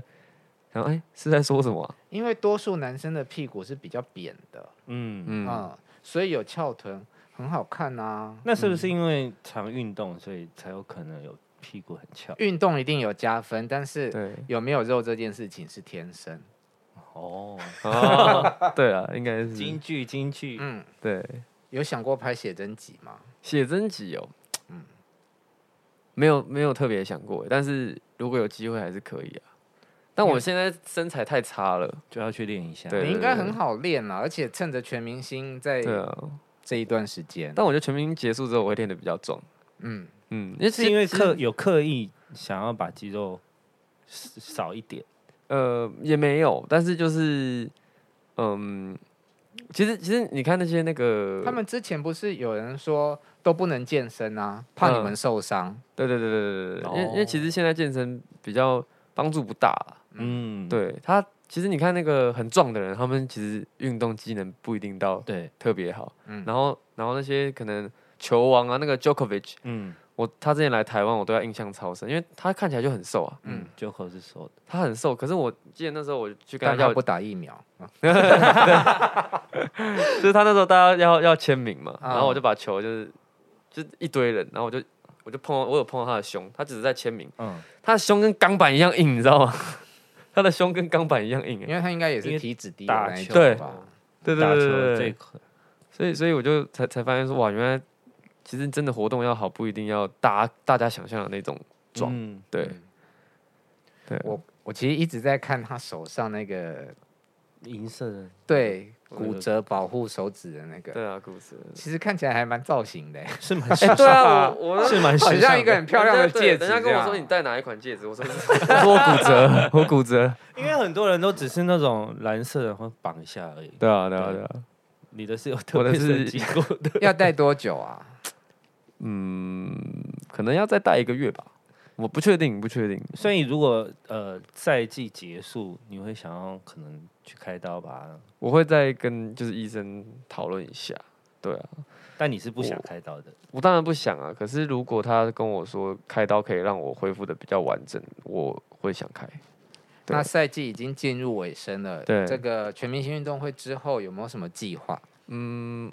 [SPEAKER 2] 然后哎、诶是在说什么啊、
[SPEAKER 5] 因为多数男生的屁股是比较扁的，
[SPEAKER 3] 嗯，
[SPEAKER 2] 嗯，
[SPEAKER 5] 嗯，所以有翘臀很好看啊。
[SPEAKER 3] 那是不是因为常运动，所以才有可能有屁股很翘？
[SPEAKER 5] 运动一定有加分，但是
[SPEAKER 2] 对，
[SPEAKER 5] 有没有肉这件事情是天生。
[SPEAKER 3] 哦，
[SPEAKER 2] 哦，对啊，应该是
[SPEAKER 3] 京剧，京剧，
[SPEAKER 5] 嗯，
[SPEAKER 2] 对。
[SPEAKER 5] 有想过拍写真集吗？
[SPEAKER 2] 写真集哦，
[SPEAKER 5] 嗯
[SPEAKER 2] 嗯，没有没有特别想过，欸但是如果有机会还是可以啊。但我现在身材太差了，
[SPEAKER 3] 就要去练一下。
[SPEAKER 2] 对
[SPEAKER 5] 你应该很好练啊啦，而且趁着全明星在
[SPEAKER 2] 对啊。
[SPEAKER 5] 这一段时间，
[SPEAKER 2] 但我觉得全民结束之后，我会练得比较壮，
[SPEAKER 5] 嗯，
[SPEAKER 2] 嗯，因为其
[SPEAKER 3] 是
[SPEAKER 2] 实
[SPEAKER 3] 因为
[SPEAKER 2] 其
[SPEAKER 3] 刻
[SPEAKER 2] 实
[SPEAKER 3] 有刻意想要把肌肉少一点。
[SPEAKER 2] 呃也没有，但是就是嗯，其实其实你看那些那个
[SPEAKER 5] 他们之前不是有人说都不能健身啊，怕你们受伤。
[SPEAKER 2] 对对对对对对，因为因
[SPEAKER 3] 哦
[SPEAKER 2] 为其实现在健身比较帮助不大啊啦，
[SPEAKER 3] 嗯，
[SPEAKER 2] 对他其实你看那个很壮的人，他们其实运动机能不一定到
[SPEAKER 3] 对，
[SPEAKER 2] 特别好。
[SPEAKER 5] 嗯
[SPEAKER 2] 然后然后那些可能球王啊，那个 Djokovic，
[SPEAKER 3] 嗯
[SPEAKER 2] 我他之前来台湾，我对他印象超深，因为他看起来就很瘦啊，
[SPEAKER 5] 嗯
[SPEAKER 3] 嗯，就口是瘦的。
[SPEAKER 2] 他很瘦，可是我记得那时候我去跟
[SPEAKER 5] 但
[SPEAKER 2] 他
[SPEAKER 5] 他
[SPEAKER 2] 要，嗯
[SPEAKER 5] 不打疫苗，
[SPEAKER 2] 就是他那时候大家要要签名嘛，
[SPEAKER 5] 啊
[SPEAKER 2] 然后我就把球就是就一堆人，然后我就我就碰到我有碰到他的胸，他只是在签名，
[SPEAKER 3] 嗯，
[SPEAKER 2] 他的胸跟钢板一样硬，你知道吗？ 他的胸跟钢板一样硬、欸，
[SPEAKER 5] 因为他应该也
[SPEAKER 3] 因
[SPEAKER 5] 是
[SPEAKER 3] 为
[SPEAKER 5] 体脂低的
[SPEAKER 3] 打
[SPEAKER 5] 那一
[SPEAKER 3] 球
[SPEAKER 5] 种
[SPEAKER 2] 嘛
[SPEAKER 5] 吧？
[SPEAKER 2] 对对
[SPEAKER 3] 打
[SPEAKER 2] 对
[SPEAKER 3] 球
[SPEAKER 2] 对
[SPEAKER 3] 的
[SPEAKER 2] 对
[SPEAKER 3] 这一块，
[SPEAKER 2] 所以，所以我就才才发现说，哇，原来其实真的活动要好，不一定要大家大家想象的那种壮。
[SPEAKER 3] 嗯，
[SPEAKER 2] 对，对，
[SPEAKER 5] 我我其实一直在看他手上那个
[SPEAKER 3] 银色的，
[SPEAKER 5] 对
[SPEAKER 3] 那
[SPEAKER 5] 骨
[SPEAKER 3] 个
[SPEAKER 5] 折保护手指的那个，
[SPEAKER 2] 对啊，故事。
[SPEAKER 5] 其实看起来还蛮造型的，欸
[SPEAKER 3] 是蛮时
[SPEAKER 2] 哎，
[SPEAKER 3] 尚
[SPEAKER 2] 对
[SPEAKER 3] 的，
[SPEAKER 2] 啊，我我
[SPEAKER 3] 是蛮时
[SPEAKER 5] 好
[SPEAKER 3] 尚
[SPEAKER 5] 像
[SPEAKER 3] 的
[SPEAKER 5] 一个很漂亮的
[SPEAKER 2] 人家对
[SPEAKER 5] 戒指这
[SPEAKER 2] 人
[SPEAKER 5] 样。
[SPEAKER 2] 家跟我说你戴哪一款戒指，我 说我说我骨折，我骨折。
[SPEAKER 3] 因为很多人都只是那种蓝色的会绑一下而已，
[SPEAKER 2] 对啊，对啊，对啊。
[SPEAKER 3] 你的是有特
[SPEAKER 2] 我的
[SPEAKER 3] 别设
[SPEAKER 2] 是
[SPEAKER 3] 计过 的，
[SPEAKER 5] 要戴多久啊？
[SPEAKER 2] 嗯，可能要再戴一个月吧，我不确定，不确定。
[SPEAKER 3] 所以如果呃赛季结束，你会想要可能去开刀吧？
[SPEAKER 2] 我会再跟就是医生讨论一下。对啊，
[SPEAKER 3] 但你是不想开刀的，
[SPEAKER 2] 我当然不想啊，可是如果他跟我说开刀可以让我恢复的比较完整，我会想开。对
[SPEAKER 5] 那赛季已经进入尾声了，
[SPEAKER 2] 对
[SPEAKER 5] 这个全明星运动会之后有没有什么计划？
[SPEAKER 2] 嗯，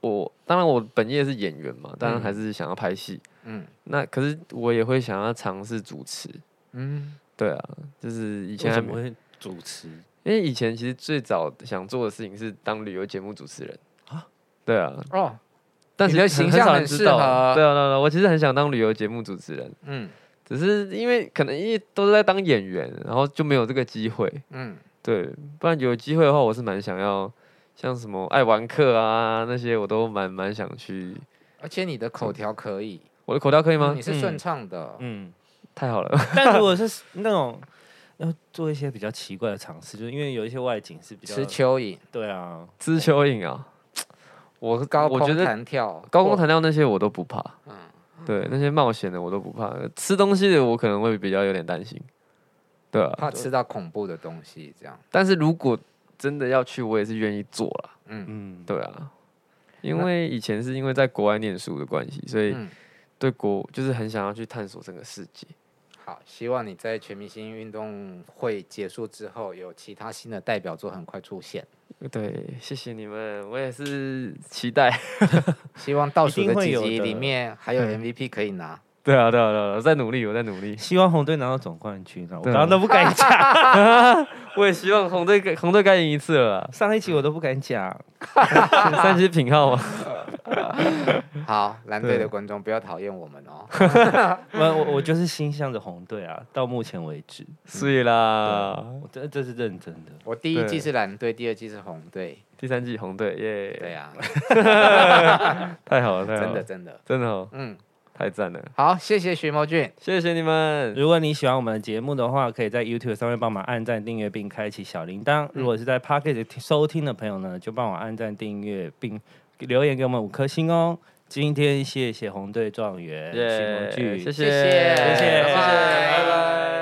[SPEAKER 2] 我当然我本业是演员嘛，当然还是想要拍戏。
[SPEAKER 5] 嗯
[SPEAKER 2] 那可是我也会想要尝试主持。
[SPEAKER 5] 嗯，
[SPEAKER 2] 对啊，就是以
[SPEAKER 3] 以
[SPEAKER 2] 前还
[SPEAKER 3] 怎么
[SPEAKER 2] 没
[SPEAKER 3] 会主持？
[SPEAKER 2] 因为以前其实最早想做的事情是当旅游节目主持人啊。对啊，
[SPEAKER 5] 哦，
[SPEAKER 2] 但
[SPEAKER 5] 你
[SPEAKER 2] 是
[SPEAKER 5] 的
[SPEAKER 2] 很
[SPEAKER 5] 形
[SPEAKER 2] 很
[SPEAKER 5] 象
[SPEAKER 2] 少人
[SPEAKER 5] 很
[SPEAKER 2] 知
[SPEAKER 5] 适
[SPEAKER 2] 道
[SPEAKER 5] 合
[SPEAKER 2] 对啊，对啊，对啊我其实很想当旅游节目主持人，
[SPEAKER 5] 嗯
[SPEAKER 2] 只是因为可能因为都是在当演员，然后就没有这个机会。
[SPEAKER 5] 嗯，
[SPEAKER 2] 对，不然有机会的话，我是蛮想要，像什么爱玩客啊那些，我都蛮蛮想去。
[SPEAKER 5] 而且你的口条可以，
[SPEAKER 2] 我的口条可以吗
[SPEAKER 5] 你？是顺
[SPEAKER 3] 嗯
[SPEAKER 5] 畅的，
[SPEAKER 3] 嗯，
[SPEAKER 2] 太好了，
[SPEAKER 3] 但如果是那种要做一些比较奇怪的尝试，就是因为有一些外景是比较
[SPEAKER 5] 吃蚯蚓、
[SPEAKER 3] 对啊，
[SPEAKER 2] 知蚯蚓啊！我
[SPEAKER 5] 高
[SPEAKER 2] 我
[SPEAKER 5] 空
[SPEAKER 2] 觉得
[SPEAKER 5] 弹跳、
[SPEAKER 2] 高空
[SPEAKER 5] 或
[SPEAKER 2] 弹跳那些我都不怕，对那些冒险的我都不怕，吃东西的我可能会比较有点担心，对啊。
[SPEAKER 5] 怕吃到恐怖的东西，这样。
[SPEAKER 2] 但是如果真的要去，我也是愿意做啦，
[SPEAKER 5] 嗯
[SPEAKER 3] 嗯，
[SPEAKER 2] 对啊。因为以前是因为在国外念书的关系，所以
[SPEAKER 5] 嗯，
[SPEAKER 2] 对国就是很想要去探索整个世界。
[SPEAKER 5] 好，希望你在全明星运动会结束之后，有其他新的代表作很快 出现。
[SPEAKER 2] 对，谢谢你们，我也是期待。
[SPEAKER 5] 希望倒
[SPEAKER 3] 一
[SPEAKER 5] 数
[SPEAKER 3] 定会
[SPEAKER 5] 几
[SPEAKER 3] 有
[SPEAKER 5] 集
[SPEAKER 3] 的
[SPEAKER 5] 里面还有 MVP 可以拿。
[SPEAKER 2] 对啊，对啊，对啊，我在努力，我在努力。
[SPEAKER 3] 希望红队拿到总冠军啊！我
[SPEAKER 2] 对
[SPEAKER 3] 刚
[SPEAKER 2] 啊
[SPEAKER 3] 刚都不敢讲，。
[SPEAKER 2] 我也希望红队该红队该赢一次了啦
[SPEAKER 3] 上一集我都不敢讲。
[SPEAKER 2] 三 七品号嘛，
[SPEAKER 5] 好，蓝队
[SPEAKER 2] 对
[SPEAKER 5] 的观众不要讨厌我们哦。
[SPEAKER 3] 我我我就是心向着红队啊，到目前为止，
[SPEAKER 2] 所以啦，
[SPEAKER 3] 我这这是认真的。
[SPEAKER 5] 我第一季
[SPEAKER 2] 对
[SPEAKER 5] 是蓝队，第二季是红队。
[SPEAKER 2] 第三季红队耶，
[SPEAKER 5] 对啊，
[SPEAKER 2] 太好了，太好
[SPEAKER 5] 真
[SPEAKER 2] 了，
[SPEAKER 5] 的真的。
[SPEAKER 2] 真的哦，
[SPEAKER 5] 嗯，
[SPEAKER 2] 太赞了，
[SPEAKER 5] 好，谢谢徐谋俊，
[SPEAKER 2] 谢谢你们，
[SPEAKER 3] 如果你喜欢我们的节目的话，可以在 YouTube 上面帮忙按赞、订阅并开启小铃铛。如果是在 Pocket 收听的朋友呢，就帮我按赞、订阅并留言给我们五颗星哦。今天谢谢红队状元谢
[SPEAKER 2] 耶谢
[SPEAKER 3] 谢，
[SPEAKER 2] 谢，谢
[SPEAKER 5] 谢谢
[SPEAKER 2] 谢，
[SPEAKER 3] 拜拜
[SPEAKER 2] 拜拜。